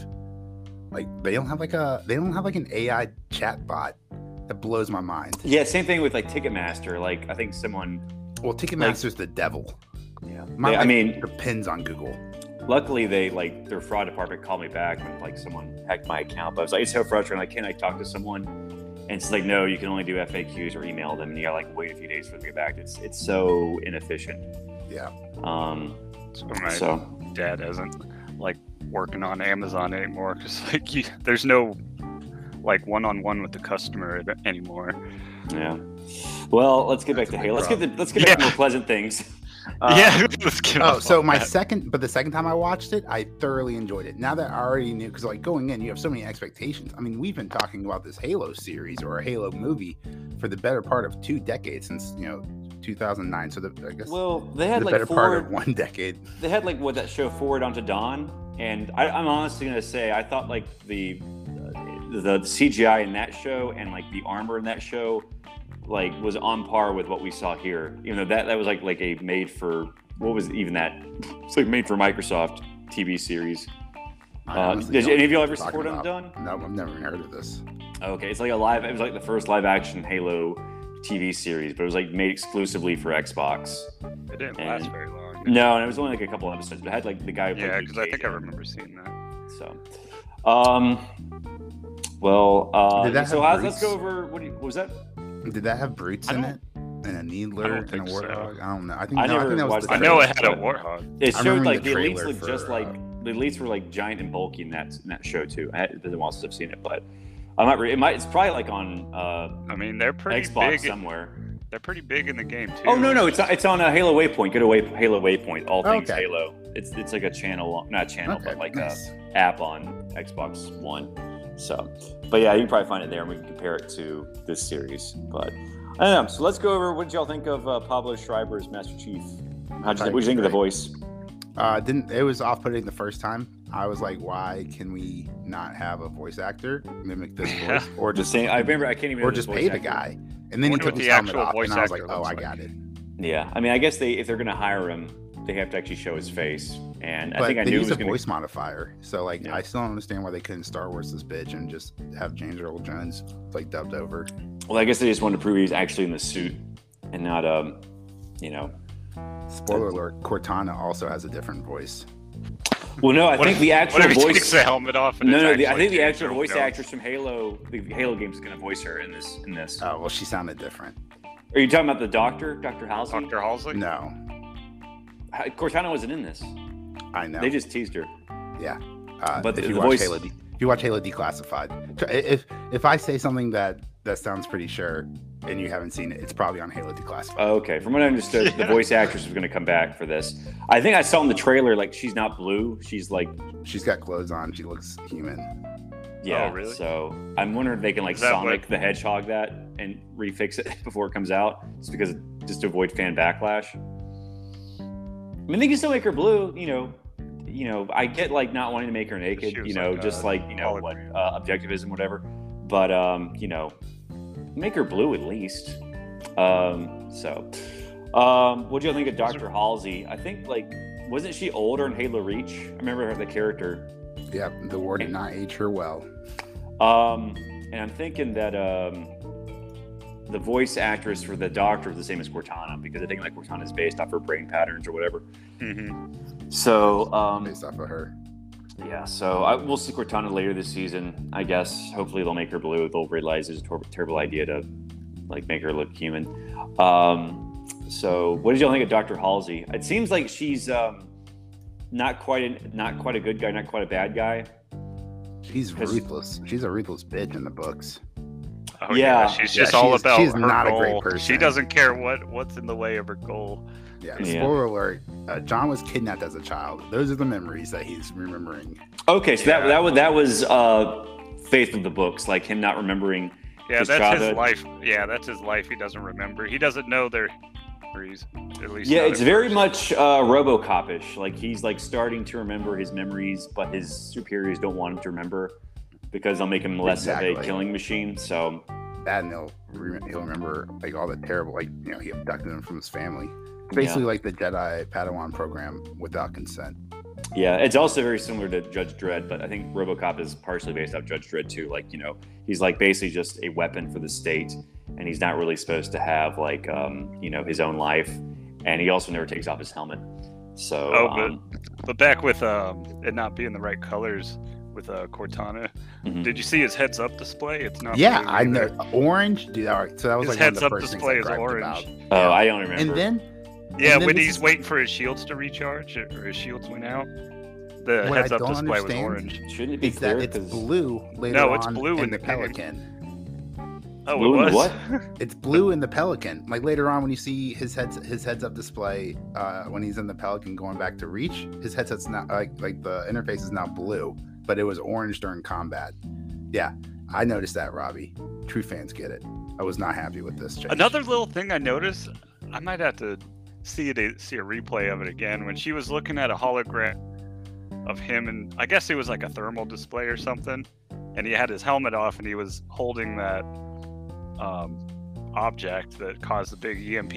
[SPEAKER 2] like, they don't have like a they don't have like an AI chat bot. That blows my mind.
[SPEAKER 1] Yeah, same thing with like Ticketmaster. Like I think someone.
[SPEAKER 2] Well, Ticketmaster's the devil.
[SPEAKER 1] Yeah.
[SPEAKER 2] My
[SPEAKER 1] Yeah, I
[SPEAKER 2] life
[SPEAKER 1] mean,
[SPEAKER 2] depends on Google.
[SPEAKER 1] Luckily, they like their fraud department called me back when like someone hacked my account. But I was like, it's so frustrating. Like, can I talk to someone? And it's like, no, you can only do FAQs or email them, and you gotta like wait a few days for them to get back. It's it's so inefficient.
[SPEAKER 2] Yeah.
[SPEAKER 1] Um,
[SPEAKER 3] So my
[SPEAKER 1] so
[SPEAKER 3] dad isn't like working on Amazon anymore because like you, there's no like one-on-one with the customer ab- anymore.
[SPEAKER 1] yeah. Well, let's get back
[SPEAKER 2] That's
[SPEAKER 1] to
[SPEAKER 2] a big
[SPEAKER 1] Halo. Let's get the, let's get back to
[SPEAKER 3] Yeah.
[SPEAKER 1] more pleasant things. Uh,
[SPEAKER 3] yeah. Let's get
[SPEAKER 2] Oh,
[SPEAKER 3] off
[SPEAKER 2] so
[SPEAKER 3] on
[SPEAKER 2] my
[SPEAKER 3] that.
[SPEAKER 2] second, but the second time I watched it, I thoroughly enjoyed it. Now that I already knew, because like going in, you have so many expectations. I mean, we've been talking about this Halo series or a Halo movie for the better part of two decades since you know 2009. So the I guess
[SPEAKER 1] Well, they
[SPEAKER 2] the
[SPEAKER 1] had like
[SPEAKER 2] better part
[SPEAKER 1] four.
[SPEAKER 2] of one decade.
[SPEAKER 1] they had like what that show forward onto dawn and I, i'm honestly going to say i thought like the, uh, the cgi in that show and like the armor in that show like was on par with what we saw here even though that that was like like a made for what was even that it's like made for microsoft tv series
[SPEAKER 2] I
[SPEAKER 1] uh,
[SPEAKER 2] honestly
[SPEAKER 1] did
[SPEAKER 2] don't
[SPEAKER 1] any of
[SPEAKER 2] know
[SPEAKER 1] y'all
[SPEAKER 2] what
[SPEAKER 1] ever
[SPEAKER 2] you're talking
[SPEAKER 1] support
[SPEAKER 2] about.
[SPEAKER 1] undone
[SPEAKER 2] No, I've never even heard of this.
[SPEAKER 1] okay it's like a live it was like the first live action halo tv series but it was like made exclusively for xbox
[SPEAKER 3] It didn't last
[SPEAKER 1] and-
[SPEAKER 3] very long.
[SPEAKER 1] no and it was only like a couple episodes but it had like the guy who played
[SPEAKER 3] Yeah,
[SPEAKER 1] Luke
[SPEAKER 3] because I think I
[SPEAKER 1] Cage.
[SPEAKER 3] remember seeing that.
[SPEAKER 1] So, um, well, uh,
[SPEAKER 2] Did that
[SPEAKER 1] so
[SPEAKER 2] have
[SPEAKER 1] how's, let's
[SPEAKER 2] Bruce?
[SPEAKER 1] go over what, do you, what was that?
[SPEAKER 2] Did that have brutes
[SPEAKER 3] I
[SPEAKER 2] in
[SPEAKER 3] don't-
[SPEAKER 2] it? And a needler and a
[SPEAKER 3] think so.
[SPEAKER 2] warthog? I don't know. I think,
[SPEAKER 1] I
[SPEAKER 2] no, I
[SPEAKER 1] never
[SPEAKER 2] think that was
[SPEAKER 1] watched
[SPEAKER 2] the
[SPEAKER 1] that.
[SPEAKER 3] I know it
[SPEAKER 2] trailer.
[SPEAKER 3] had a warthog.
[SPEAKER 1] It
[SPEAKER 2] I
[SPEAKER 1] showed
[SPEAKER 2] remember
[SPEAKER 1] like
[SPEAKER 2] the
[SPEAKER 1] the, elites
[SPEAKER 2] trailer
[SPEAKER 1] looked just
[SPEAKER 2] for,
[SPEAKER 1] like
[SPEAKER 2] uh,
[SPEAKER 1] the elites were like giant and bulky in that in that show too. I had, doesn't want to have seen it, but I might. Re- it might. It's probably like on uh,
[SPEAKER 3] I mean, they're pretty
[SPEAKER 1] Xbox
[SPEAKER 3] big.
[SPEAKER 1] somewhere.
[SPEAKER 3] They're pretty big in the game too.
[SPEAKER 1] Oh no, no, it's it's on a Halo Waypoint. Get away, Halo Waypoint. All things
[SPEAKER 2] Okay.
[SPEAKER 1] Halo. It's it's like a channel, not channel,
[SPEAKER 2] Okay,
[SPEAKER 1] but like uh,
[SPEAKER 2] nice.
[SPEAKER 1] a app on Xbox One. So, but yeah, you can probably find it there, and we can compare it to this series. But I don't know. So let's go over. What did y'all think of uh, Pablo Schreiber's Master Chief? How'd you think, what did you think of the voice?
[SPEAKER 2] Uh, didn't it was off-putting the first time. I was like, why can we not have a voice actor mimic this
[SPEAKER 3] Yeah.
[SPEAKER 2] voice, or
[SPEAKER 1] Just
[SPEAKER 2] just
[SPEAKER 1] saying, I remember I can't even.
[SPEAKER 2] or
[SPEAKER 1] remember
[SPEAKER 2] just
[SPEAKER 1] voice
[SPEAKER 2] pay the
[SPEAKER 1] actor.
[SPEAKER 2] guy? And then he
[SPEAKER 3] Wonder
[SPEAKER 2] took
[SPEAKER 3] what
[SPEAKER 2] his
[SPEAKER 3] the
[SPEAKER 2] helmet
[SPEAKER 3] actual
[SPEAKER 2] off,
[SPEAKER 3] voice
[SPEAKER 2] and I was like,
[SPEAKER 3] actor
[SPEAKER 2] oh,
[SPEAKER 3] looks
[SPEAKER 2] I
[SPEAKER 3] like.
[SPEAKER 2] got it.
[SPEAKER 1] Yeah, I mean, I guess they if they're gonna hire him, they have to actually show his face. And I
[SPEAKER 2] but
[SPEAKER 1] think I
[SPEAKER 2] they
[SPEAKER 1] knew it
[SPEAKER 2] use
[SPEAKER 1] was
[SPEAKER 2] a
[SPEAKER 1] gonna.
[SPEAKER 2] voice modifier, so like,
[SPEAKER 1] Yeah.
[SPEAKER 2] I still don't understand why they couldn't Star Wars this bitch and just have James Earl Jones like dubbed over.
[SPEAKER 1] Well, I guess they just wanted to prove he's actually in the suit and not um, you know.
[SPEAKER 2] Spoiler alert: Cortana also has a different voice.
[SPEAKER 1] Well, no, I
[SPEAKER 3] What
[SPEAKER 1] think
[SPEAKER 3] if-
[SPEAKER 1] the actual
[SPEAKER 3] What if he takes
[SPEAKER 1] voice.
[SPEAKER 3] the helmet off? And
[SPEAKER 1] No,
[SPEAKER 3] it's
[SPEAKER 1] no, the, I
[SPEAKER 3] actually
[SPEAKER 1] think the
[SPEAKER 3] James
[SPEAKER 1] actual
[SPEAKER 3] Earl
[SPEAKER 1] voice
[SPEAKER 3] Jones?
[SPEAKER 1] actress from Halo, the Halo games, is going to voice her in this. In this,
[SPEAKER 2] Oh well, she sounded different.
[SPEAKER 1] are you talking about the Doctor, Doctor House?
[SPEAKER 3] Dr. Halsey.
[SPEAKER 2] No,
[SPEAKER 1] Cortana wasn't in this.
[SPEAKER 2] I know.
[SPEAKER 1] They just teased her.
[SPEAKER 2] uh,
[SPEAKER 1] but the-
[SPEAKER 2] if you
[SPEAKER 1] the
[SPEAKER 2] watch
[SPEAKER 1] voice-
[SPEAKER 2] Halo, D- if you watch Halo Declassified, tr- if if I say something that that sounds pretty sure and you haven't seen it, it's probably on Halo Declassified.
[SPEAKER 1] Oh, Okay, from what I understood, the
[SPEAKER 3] Yeah.
[SPEAKER 1] voice actress was going to come back for this. I think I saw in the trailer like she's not blue. She's like
[SPEAKER 2] She's got clothes on. She looks human.
[SPEAKER 1] yeah.
[SPEAKER 3] Oh, really?
[SPEAKER 1] So I'm wondering if they can like
[SPEAKER 3] Is that
[SPEAKER 1] Sonic
[SPEAKER 3] what-
[SPEAKER 1] the Hedgehog that and refix it before it comes out, just because just to avoid fan backlash. I mean, they can still make her blue. You know, you know, I get like not wanting to make her naked.
[SPEAKER 3] She was
[SPEAKER 1] You know,
[SPEAKER 3] like,
[SPEAKER 1] just
[SPEAKER 3] uh,
[SPEAKER 1] like you know what
[SPEAKER 3] hologram.
[SPEAKER 1] uh, objectivism, whatever. But um, you know, make her blue at least. Um, so, um, what do you think of Doctor Halsey? I think like wasn't she older in Halo Reach? I remember her the character.
[SPEAKER 2] Yep, the war did not age her well.
[SPEAKER 1] Um, and I'm thinking that um, the voice actress for the doctor is the same as Cortana because I think like Cortana is based off her brain patterns or whatever.
[SPEAKER 3] Mhm.
[SPEAKER 1] So um,
[SPEAKER 2] Based off of her,
[SPEAKER 1] yeah, so I, we'll see Cortana later this season, I guess. Hopefully they'll make her blue. They'll realize it's a tor- terrible idea to like make her look human. Um, so what did y'all think of Dr. Halsey? It seems like she's um, not quite an, not quite a good guy, not quite a bad guy.
[SPEAKER 2] she's
[SPEAKER 1] 'Cause-
[SPEAKER 2] ruthless. She's a ruthless bitch in the books.
[SPEAKER 3] Oh, yeah.
[SPEAKER 1] Yeah.
[SPEAKER 3] she's
[SPEAKER 2] Yeah,
[SPEAKER 3] just all
[SPEAKER 2] she's-
[SPEAKER 3] about
[SPEAKER 2] she's
[SPEAKER 3] her
[SPEAKER 2] not a
[SPEAKER 3] goal.
[SPEAKER 2] great person.
[SPEAKER 3] She doesn't care what what's in the way of her goal.
[SPEAKER 2] Yeah.
[SPEAKER 1] Yeah.
[SPEAKER 2] Spoiler alert: uh, John was kidnapped as a child. Those are the memories that he's remembering.
[SPEAKER 1] Okay, so that
[SPEAKER 3] Yeah.
[SPEAKER 1] that was that was uh, faith of the books, like him not remembering.
[SPEAKER 3] Yeah,
[SPEAKER 1] His
[SPEAKER 3] that's
[SPEAKER 1] childhood.
[SPEAKER 3] his life. Yeah, that's his life. He doesn't remember. He doesn't know their histories. At least
[SPEAKER 1] Yeah,
[SPEAKER 3] not
[SPEAKER 1] it's
[SPEAKER 3] at
[SPEAKER 1] very
[SPEAKER 3] first.
[SPEAKER 1] much uh, RoboCop-ish. Like he's like starting to remember his memories, but his superiors don't want him to remember because they'll make him less of a
[SPEAKER 2] Exactly.
[SPEAKER 1] killing machine. So
[SPEAKER 2] That and he'll re- he'll remember like all the terrible like you know he abducted him from his family. Basically like the Jedi Padawan program without consent.
[SPEAKER 1] yeah, it's also very similar to Judge Dredd, but I think RoboCop is partially based off Judge Dredd too. Like you know, he's like basically just a weapon for the state, and he's not really supposed to have like um, you know his own life, and he also never takes off his helmet. So
[SPEAKER 3] Oh, but
[SPEAKER 1] um,
[SPEAKER 3] But back with um, it not being the right colors with uh, Cortana,
[SPEAKER 1] Mhm.
[SPEAKER 3] did you see his heads up display? It's not.
[SPEAKER 2] yeah,
[SPEAKER 3] blue
[SPEAKER 2] I know
[SPEAKER 3] either.
[SPEAKER 2] orange. Dude, all right, so that was
[SPEAKER 3] His
[SPEAKER 2] like one of
[SPEAKER 3] heads
[SPEAKER 2] the
[SPEAKER 3] up
[SPEAKER 2] first things
[SPEAKER 3] display
[SPEAKER 2] I
[SPEAKER 3] is
[SPEAKER 2] griped
[SPEAKER 3] orange.
[SPEAKER 2] about.
[SPEAKER 1] oh, I don't remember.
[SPEAKER 2] And then
[SPEAKER 3] Yeah,
[SPEAKER 2] And then
[SPEAKER 3] when
[SPEAKER 2] this
[SPEAKER 3] he's
[SPEAKER 2] is-
[SPEAKER 3] waiting for his shields to recharge or his shields went out, the
[SPEAKER 2] What I
[SPEAKER 3] heads up
[SPEAKER 2] don't
[SPEAKER 3] display was
[SPEAKER 2] understand-
[SPEAKER 3] orange.
[SPEAKER 1] Shouldn't it be
[SPEAKER 2] it's that
[SPEAKER 1] clear?
[SPEAKER 2] it's
[SPEAKER 1] 'Cause-
[SPEAKER 2] blue later
[SPEAKER 3] No, it's
[SPEAKER 2] on
[SPEAKER 3] blue
[SPEAKER 2] in,
[SPEAKER 3] in
[SPEAKER 2] the
[SPEAKER 3] the game.
[SPEAKER 2] pelican.
[SPEAKER 3] Oh,
[SPEAKER 1] blue
[SPEAKER 3] it was.
[SPEAKER 1] and what?
[SPEAKER 2] It's blue in the pelican. Like later on when you see his heads his heads up display uh, when he's in the pelican going back to reach, his headset's not like like the interface is now blue, but it was orange during combat. Yeah, I noticed that, Robbie. True fans get it. I was not happy with this. Change.
[SPEAKER 3] Another little thing I noticed, I might have to see it, see a replay of it again. When she was looking at a hologram of him, and I guess it was like a thermal display or something, and he had his helmet off, and he was holding that um, object that caused the big EMP.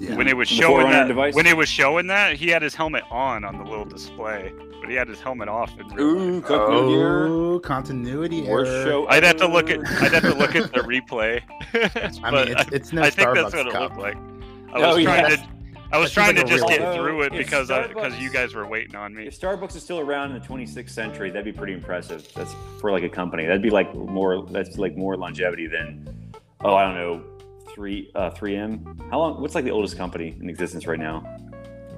[SPEAKER 2] Yeah.
[SPEAKER 3] When it was
[SPEAKER 1] The
[SPEAKER 3] showing
[SPEAKER 1] Forerunner
[SPEAKER 3] that,
[SPEAKER 1] device?
[SPEAKER 3] when it was showing that, he had his helmet on on the little display, but he had his helmet off. In real life.
[SPEAKER 1] Ooh, Cocoon
[SPEAKER 2] oh, continuity
[SPEAKER 1] Gear. Worst
[SPEAKER 2] error.
[SPEAKER 1] show.
[SPEAKER 3] I'd have to look at
[SPEAKER 1] ever.
[SPEAKER 3] I'd have to look at the replay.
[SPEAKER 2] I
[SPEAKER 3] but
[SPEAKER 2] mean, it's, it's no
[SPEAKER 3] I
[SPEAKER 2] Starbucks
[SPEAKER 3] think that's what it
[SPEAKER 2] cup.
[SPEAKER 3] looked like. I
[SPEAKER 1] Oh,
[SPEAKER 3] was
[SPEAKER 1] yeah.
[SPEAKER 3] trying to, I
[SPEAKER 2] That seems
[SPEAKER 3] was trying to
[SPEAKER 2] like a
[SPEAKER 3] just
[SPEAKER 2] real-
[SPEAKER 3] get through it
[SPEAKER 1] If
[SPEAKER 3] because I because
[SPEAKER 1] Starbucks-
[SPEAKER 3] you guys were waiting on me.
[SPEAKER 1] If Starbucks is still around in the 26th century, that'd be pretty impressive. That's for like a company. That'd be like more. That's like more longevity than, oh, I don't know, three uh, 3M. How long? What's like the oldest company in existence right now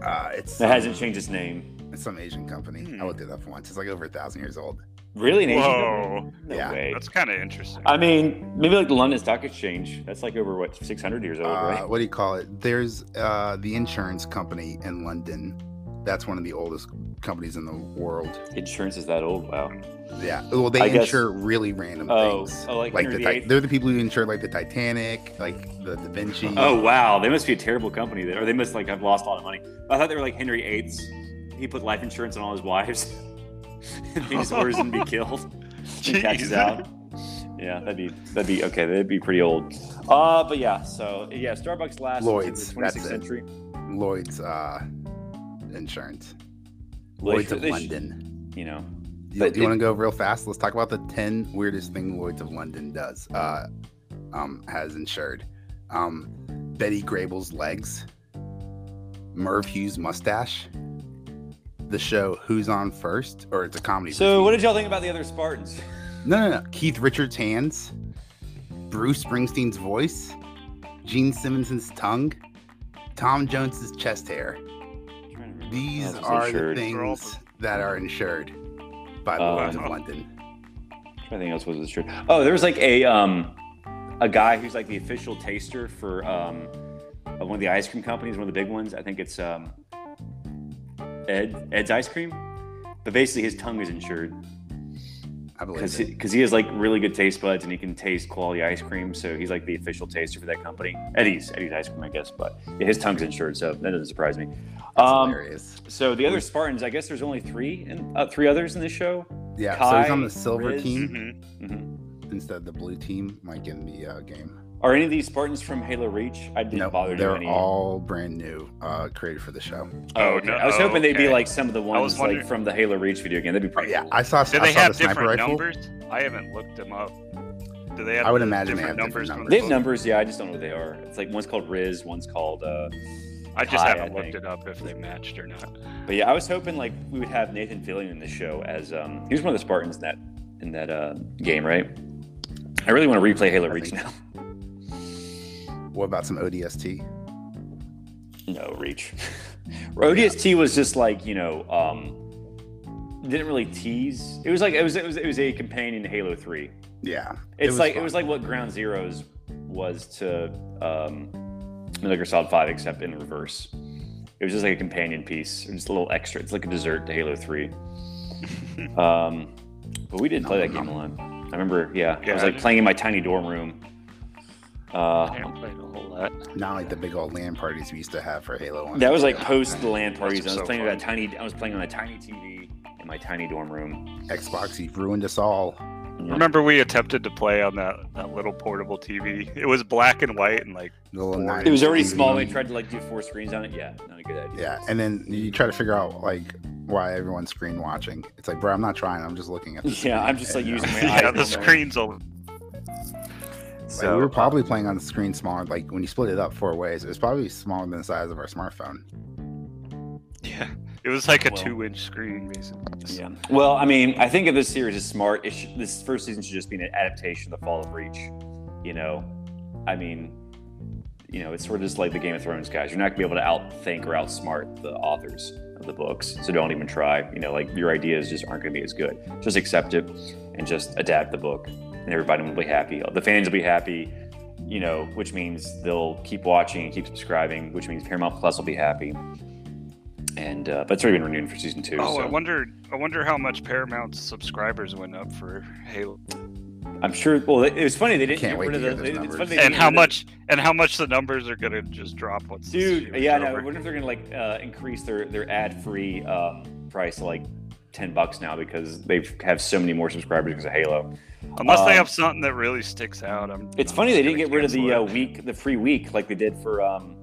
[SPEAKER 2] Uh, it's
[SPEAKER 1] that hasn't changed its name?
[SPEAKER 2] some Asian company.
[SPEAKER 3] Hmm.
[SPEAKER 2] I looked it up once. It's like over a thousand years old.
[SPEAKER 1] Really? An Asian company?
[SPEAKER 3] Whoa,
[SPEAKER 1] No
[SPEAKER 2] Yeah.
[SPEAKER 1] way.
[SPEAKER 3] that's kind of interesting.
[SPEAKER 1] I mean, maybe like the London Stock Exchange. That's like over what 600 years old,
[SPEAKER 2] Uh,
[SPEAKER 1] right?
[SPEAKER 2] what do you call it? There's uh, the insurance company in London. That's one of the oldest companies in the world.
[SPEAKER 1] Insurance is that old? Wow.
[SPEAKER 2] Yeah. Well, they
[SPEAKER 1] I guess-
[SPEAKER 2] insure really random
[SPEAKER 1] Oh,
[SPEAKER 2] things.
[SPEAKER 1] oh, like,
[SPEAKER 2] Like
[SPEAKER 1] Henry
[SPEAKER 2] the
[SPEAKER 1] VIII?
[SPEAKER 2] ti- they're the people who insure like the Titanic, like the Da Vinci.
[SPEAKER 1] Oh wow, they must be a terrible company, then, or they must like have lost a lot of money. I thought they were like Henry VIII's. He put life insurance on all his wives. and he just orders them to be killed. He catches
[SPEAKER 3] Jeez.
[SPEAKER 1] out. Yeah, that'd be that'd be okay. That'd be pretty old. Uh, but yeah, so yeah, Starbucks last
[SPEAKER 2] Lloyd's,
[SPEAKER 1] the 26th
[SPEAKER 2] that's it.
[SPEAKER 1] century.
[SPEAKER 2] Lloyd's uh, insurance.
[SPEAKER 1] Lloyd's
[SPEAKER 2] Lloyd's of
[SPEAKER 1] they sh-
[SPEAKER 2] London.
[SPEAKER 1] You know,
[SPEAKER 2] You,
[SPEAKER 1] but
[SPEAKER 2] you
[SPEAKER 1] it-
[SPEAKER 2] want to go real fast? Let's talk about the ten weirdest thing Lloyd's of London does. Uh, um, has insured um, Betty Grable's legs, Merv Hughes' mustache, the show Who's on First, or it's a comedy.
[SPEAKER 1] So,
[SPEAKER 2] routine.
[SPEAKER 1] what did y'all think about the other Spartans?
[SPEAKER 2] No, no, no. Keith Richards' hands, Bruce Springsteen's voice, Gene Simmons' tongue, Tom Jones's chest hair. These
[SPEAKER 1] Oh,
[SPEAKER 2] are
[SPEAKER 1] insured.
[SPEAKER 2] the
[SPEAKER 3] They're all-
[SPEAKER 2] things that are insured by the
[SPEAKER 1] Oh.
[SPEAKER 2] Lloyd's of London.
[SPEAKER 1] Anything else was this true? Oh, there was like a um, a guy who's like the official taster for um, uh, one of the ice cream companies, one of the big ones. I think it's um, Ed Ed's ice cream. But basically, his tongue is insured
[SPEAKER 2] I believe
[SPEAKER 1] because
[SPEAKER 2] it.
[SPEAKER 1] he, has like really good taste buds and he can taste quality ice cream. So he's like the official taster for that company. Eddie's Eddie's ice cream, I guess. But yeah, his tongue's insured, so that doesn't surprise me.
[SPEAKER 2] That's
[SPEAKER 1] Um,
[SPEAKER 2] hilarious.
[SPEAKER 1] so the other Spartans, I guess there's only three and uh, three others in this show.
[SPEAKER 2] Yeah, so he's on
[SPEAKER 1] Kai,
[SPEAKER 2] the silver
[SPEAKER 1] Riz-
[SPEAKER 2] team
[SPEAKER 3] Mhm.
[SPEAKER 1] Mhm.
[SPEAKER 2] instead of the blue team, like in the uh, game.
[SPEAKER 1] Are any of these Spartans from Halo Reach? I didn't
[SPEAKER 2] No,
[SPEAKER 1] bother
[SPEAKER 2] they're
[SPEAKER 1] doing any.
[SPEAKER 2] all brand new, uh, created for the show.
[SPEAKER 1] Oh,
[SPEAKER 3] Oh,
[SPEAKER 1] okay.
[SPEAKER 3] no-
[SPEAKER 1] I was hoping they'd be
[SPEAKER 3] okay.
[SPEAKER 1] like some of the
[SPEAKER 3] was
[SPEAKER 1] ones like
[SPEAKER 3] wondering-
[SPEAKER 1] from the Halo Reach video game. That'd be
[SPEAKER 2] Oh,
[SPEAKER 1] pretty
[SPEAKER 2] yeah,
[SPEAKER 1] cool.
[SPEAKER 2] I saw.
[SPEAKER 3] Do
[SPEAKER 2] I
[SPEAKER 3] they
[SPEAKER 2] saw
[SPEAKER 3] have
[SPEAKER 2] the sniper
[SPEAKER 3] different
[SPEAKER 2] rifle.
[SPEAKER 3] numbers? I haven't looked them up. Do they have?
[SPEAKER 2] I would
[SPEAKER 3] the
[SPEAKER 2] imagine they
[SPEAKER 3] different
[SPEAKER 2] have different
[SPEAKER 3] from the
[SPEAKER 1] They have
[SPEAKER 3] book?
[SPEAKER 1] numbers, yeah. I just don't know what they are. It's like one's called Riz, one's called. uh
[SPEAKER 3] I just
[SPEAKER 1] Kai,
[SPEAKER 3] haven't
[SPEAKER 1] I
[SPEAKER 3] looked
[SPEAKER 1] think.
[SPEAKER 3] it up if they matched or not.
[SPEAKER 1] But yeah, I was hoping like we would have Nathan Fillion in the show as um he was one of the Spartans in that in that uh game, right? I really want to replay Halo Reach now.
[SPEAKER 2] What about some ODST?
[SPEAKER 1] No reach. ODST was just like you know, um, didn't really tease. It was like it was it was it was a companion to Halo Three.
[SPEAKER 2] Yeah, It
[SPEAKER 1] It's
[SPEAKER 2] was
[SPEAKER 1] like it
[SPEAKER 2] fun.
[SPEAKER 1] was like what Ground Zeroes was to um, Metal Gear Solid Five, except in reverse. It was just like a companion piece, or just a little extra. It's like a dessert to Halo Three. um, but we didn't play that game alone. I remember, yeah, I
[SPEAKER 3] Yeah,
[SPEAKER 1] was
[SPEAKER 3] I
[SPEAKER 1] like
[SPEAKER 3] did.
[SPEAKER 1] playing in my tiny dorm room.
[SPEAKER 3] I
[SPEAKER 1] Uh,
[SPEAKER 3] haven't played a whole lot.
[SPEAKER 2] not like the big old land parties we used to have for Halo One.
[SPEAKER 1] That was like post the LAN parties. I
[SPEAKER 3] That's
[SPEAKER 1] was
[SPEAKER 3] so
[SPEAKER 1] playing on
[SPEAKER 3] fun.
[SPEAKER 1] a tiny. I was playing on a tiny TV in my tiny dorm room.
[SPEAKER 2] Xbox. You've ruined us all.
[SPEAKER 3] Remember, we attempted to play on that, that little portable TV. It was black and white, and like
[SPEAKER 2] The little nine
[SPEAKER 1] It was already
[SPEAKER 2] inch
[SPEAKER 1] small. We
[SPEAKER 2] TV.
[SPEAKER 1] tried to like do four screens on it. Yeah, not a good idea.
[SPEAKER 2] Yeah, and then you try to figure out like why everyone's screen watching. It's like, bro, I'm not trying. I'm just looking at. The screen.
[SPEAKER 1] Yeah, I'm just like
[SPEAKER 2] And, uh,
[SPEAKER 1] using my eyes.
[SPEAKER 3] yeah, the
[SPEAKER 1] normally.
[SPEAKER 3] screen's all.
[SPEAKER 2] Like, we were
[SPEAKER 1] um,
[SPEAKER 2] probably playing on the screen smaller. Like when you split it up four ways, it was probably smaller than the size of our smartphone.
[SPEAKER 3] Yeah, it was like a
[SPEAKER 1] Well.
[SPEAKER 3] two-inch screen, basically.
[SPEAKER 1] Yeah. Well, I mean, I think if this series is smart, it should, this first season should just be an adaptation of the Fall of Reach. You know, I mean, you know, it's sort of just like the Game of Thrones guys. You're not gonna be able to outthink or outsmart the authors of the books, so don't even try. You know, like your ideas just aren't gonna be as good. Just accept it and just adapt the book, and everybody will be happy. The fans will be happy. You know, which means they'll keep watching and keep subscribing, which means Paramount Plus will be happy. And uh, but it's already been renewed for season two.
[SPEAKER 3] Oh,
[SPEAKER 1] so.
[SPEAKER 3] I wonder. I wonder how much Paramount's subscribers went up for Halo,
[SPEAKER 1] I'm sure. Well, it it was funny they didn't
[SPEAKER 2] Can't
[SPEAKER 1] get
[SPEAKER 2] wait
[SPEAKER 1] rid
[SPEAKER 2] to
[SPEAKER 1] of
[SPEAKER 2] hear
[SPEAKER 1] the.
[SPEAKER 2] those
[SPEAKER 1] they-
[SPEAKER 2] numbers.
[SPEAKER 1] It's funny they
[SPEAKER 3] and
[SPEAKER 1] didn't
[SPEAKER 3] how
[SPEAKER 1] get rid of-
[SPEAKER 3] much, and how much the numbers are gonna just drop once. this
[SPEAKER 1] dude?
[SPEAKER 3] series
[SPEAKER 1] Yeah,
[SPEAKER 3] is
[SPEAKER 1] no, I
[SPEAKER 3] over.
[SPEAKER 1] wonder if they're gonna like uh, increase their their ad free um, price to like ten bucks now because they have so many more subscribers because of Halo.
[SPEAKER 3] Unless they
[SPEAKER 1] um,
[SPEAKER 3] have something that really sticks out. I'm,
[SPEAKER 1] It's
[SPEAKER 2] Oh,
[SPEAKER 3] I'm
[SPEAKER 1] funny they
[SPEAKER 3] just
[SPEAKER 1] didn't
[SPEAKER 3] gonna
[SPEAKER 1] get rid of the uh,
[SPEAKER 3] cancel it.
[SPEAKER 1] week, the free week like they did for um,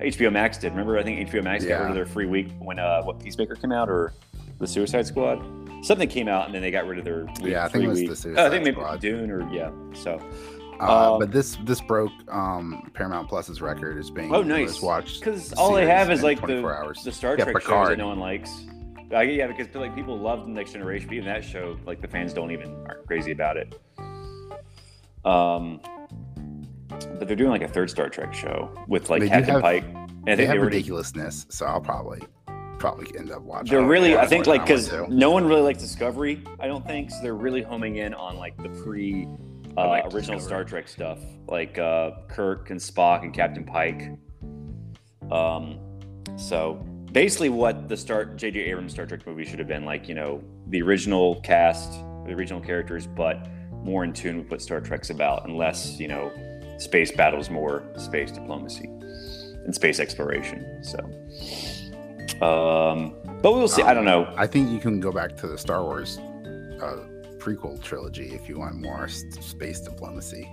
[SPEAKER 1] HBO Max. Did remember? I think HBO Max got rid
[SPEAKER 2] Yeah.
[SPEAKER 1] of their free week when uh, what Peacemaker came out or the Suicide Squad. Something came out and then they got rid of their week,
[SPEAKER 2] Yeah, I
[SPEAKER 1] free
[SPEAKER 2] think it was
[SPEAKER 1] week.
[SPEAKER 2] the
[SPEAKER 1] Oh, I think
[SPEAKER 2] Suicide
[SPEAKER 1] maybe
[SPEAKER 2] Squad.
[SPEAKER 1] Dune or yeah. So
[SPEAKER 2] Uh,
[SPEAKER 1] Um,
[SPEAKER 2] but this this broke um, Paramount Plus's record as being
[SPEAKER 1] Oh,
[SPEAKER 2] the
[SPEAKER 1] nice.
[SPEAKER 2] most watched
[SPEAKER 1] Because all they
[SPEAKER 2] series
[SPEAKER 1] have is
[SPEAKER 2] in
[SPEAKER 1] like
[SPEAKER 2] 24
[SPEAKER 1] the,
[SPEAKER 2] hours.
[SPEAKER 1] the Star
[SPEAKER 2] Yeah,
[SPEAKER 1] Trek shows that
[SPEAKER 2] Picard.
[SPEAKER 1] no one likes. I, yeah, because like people love the Next Generation, but even that show, like the fans don't even aren't crazy about it. Um, but they're doing like a third Star Trek show with like
[SPEAKER 2] They do
[SPEAKER 1] Captain
[SPEAKER 2] have-
[SPEAKER 1] Pike. And I
[SPEAKER 2] they
[SPEAKER 1] think
[SPEAKER 2] have
[SPEAKER 1] they already
[SPEAKER 2] ridiculousness, so I'll probably probably end up watching.
[SPEAKER 1] They're
[SPEAKER 2] Oh,
[SPEAKER 1] really,
[SPEAKER 2] yeah,
[SPEAKER 1] I think,
[SPEAKER 2] want-
[SPEAKER 1] like,
[SPEAKER 2] want
[SPEAKER 1] because
[SPEAKER 2] to.
[SPEAKER 1] no one really likes Discovery, I don't think. So they're really homing in on like the pre
[SPEAKER 3] I
[SPEAKER 1] uh,
[SPEAKER 3] like
[SPEAKER 1] original
[SPEAKER 3] Discovery.
[SPEAKER 1] Star Trek stuff, like uh, Kirk and Spock and Captain Pike. Um, so basically, what the start J.J. Abrams Star Trek movie should have been like, you know, the original cast, the original characters, but more in tune with what Star Trek's about, and less, you know, space battles, more space diplomacy and space exploration. So, um, but we'll see. I don't know.
[SPEAKER 2] I think you can go back to the Star Wars uh, prequel trilogy if you want more s- space diplomacy.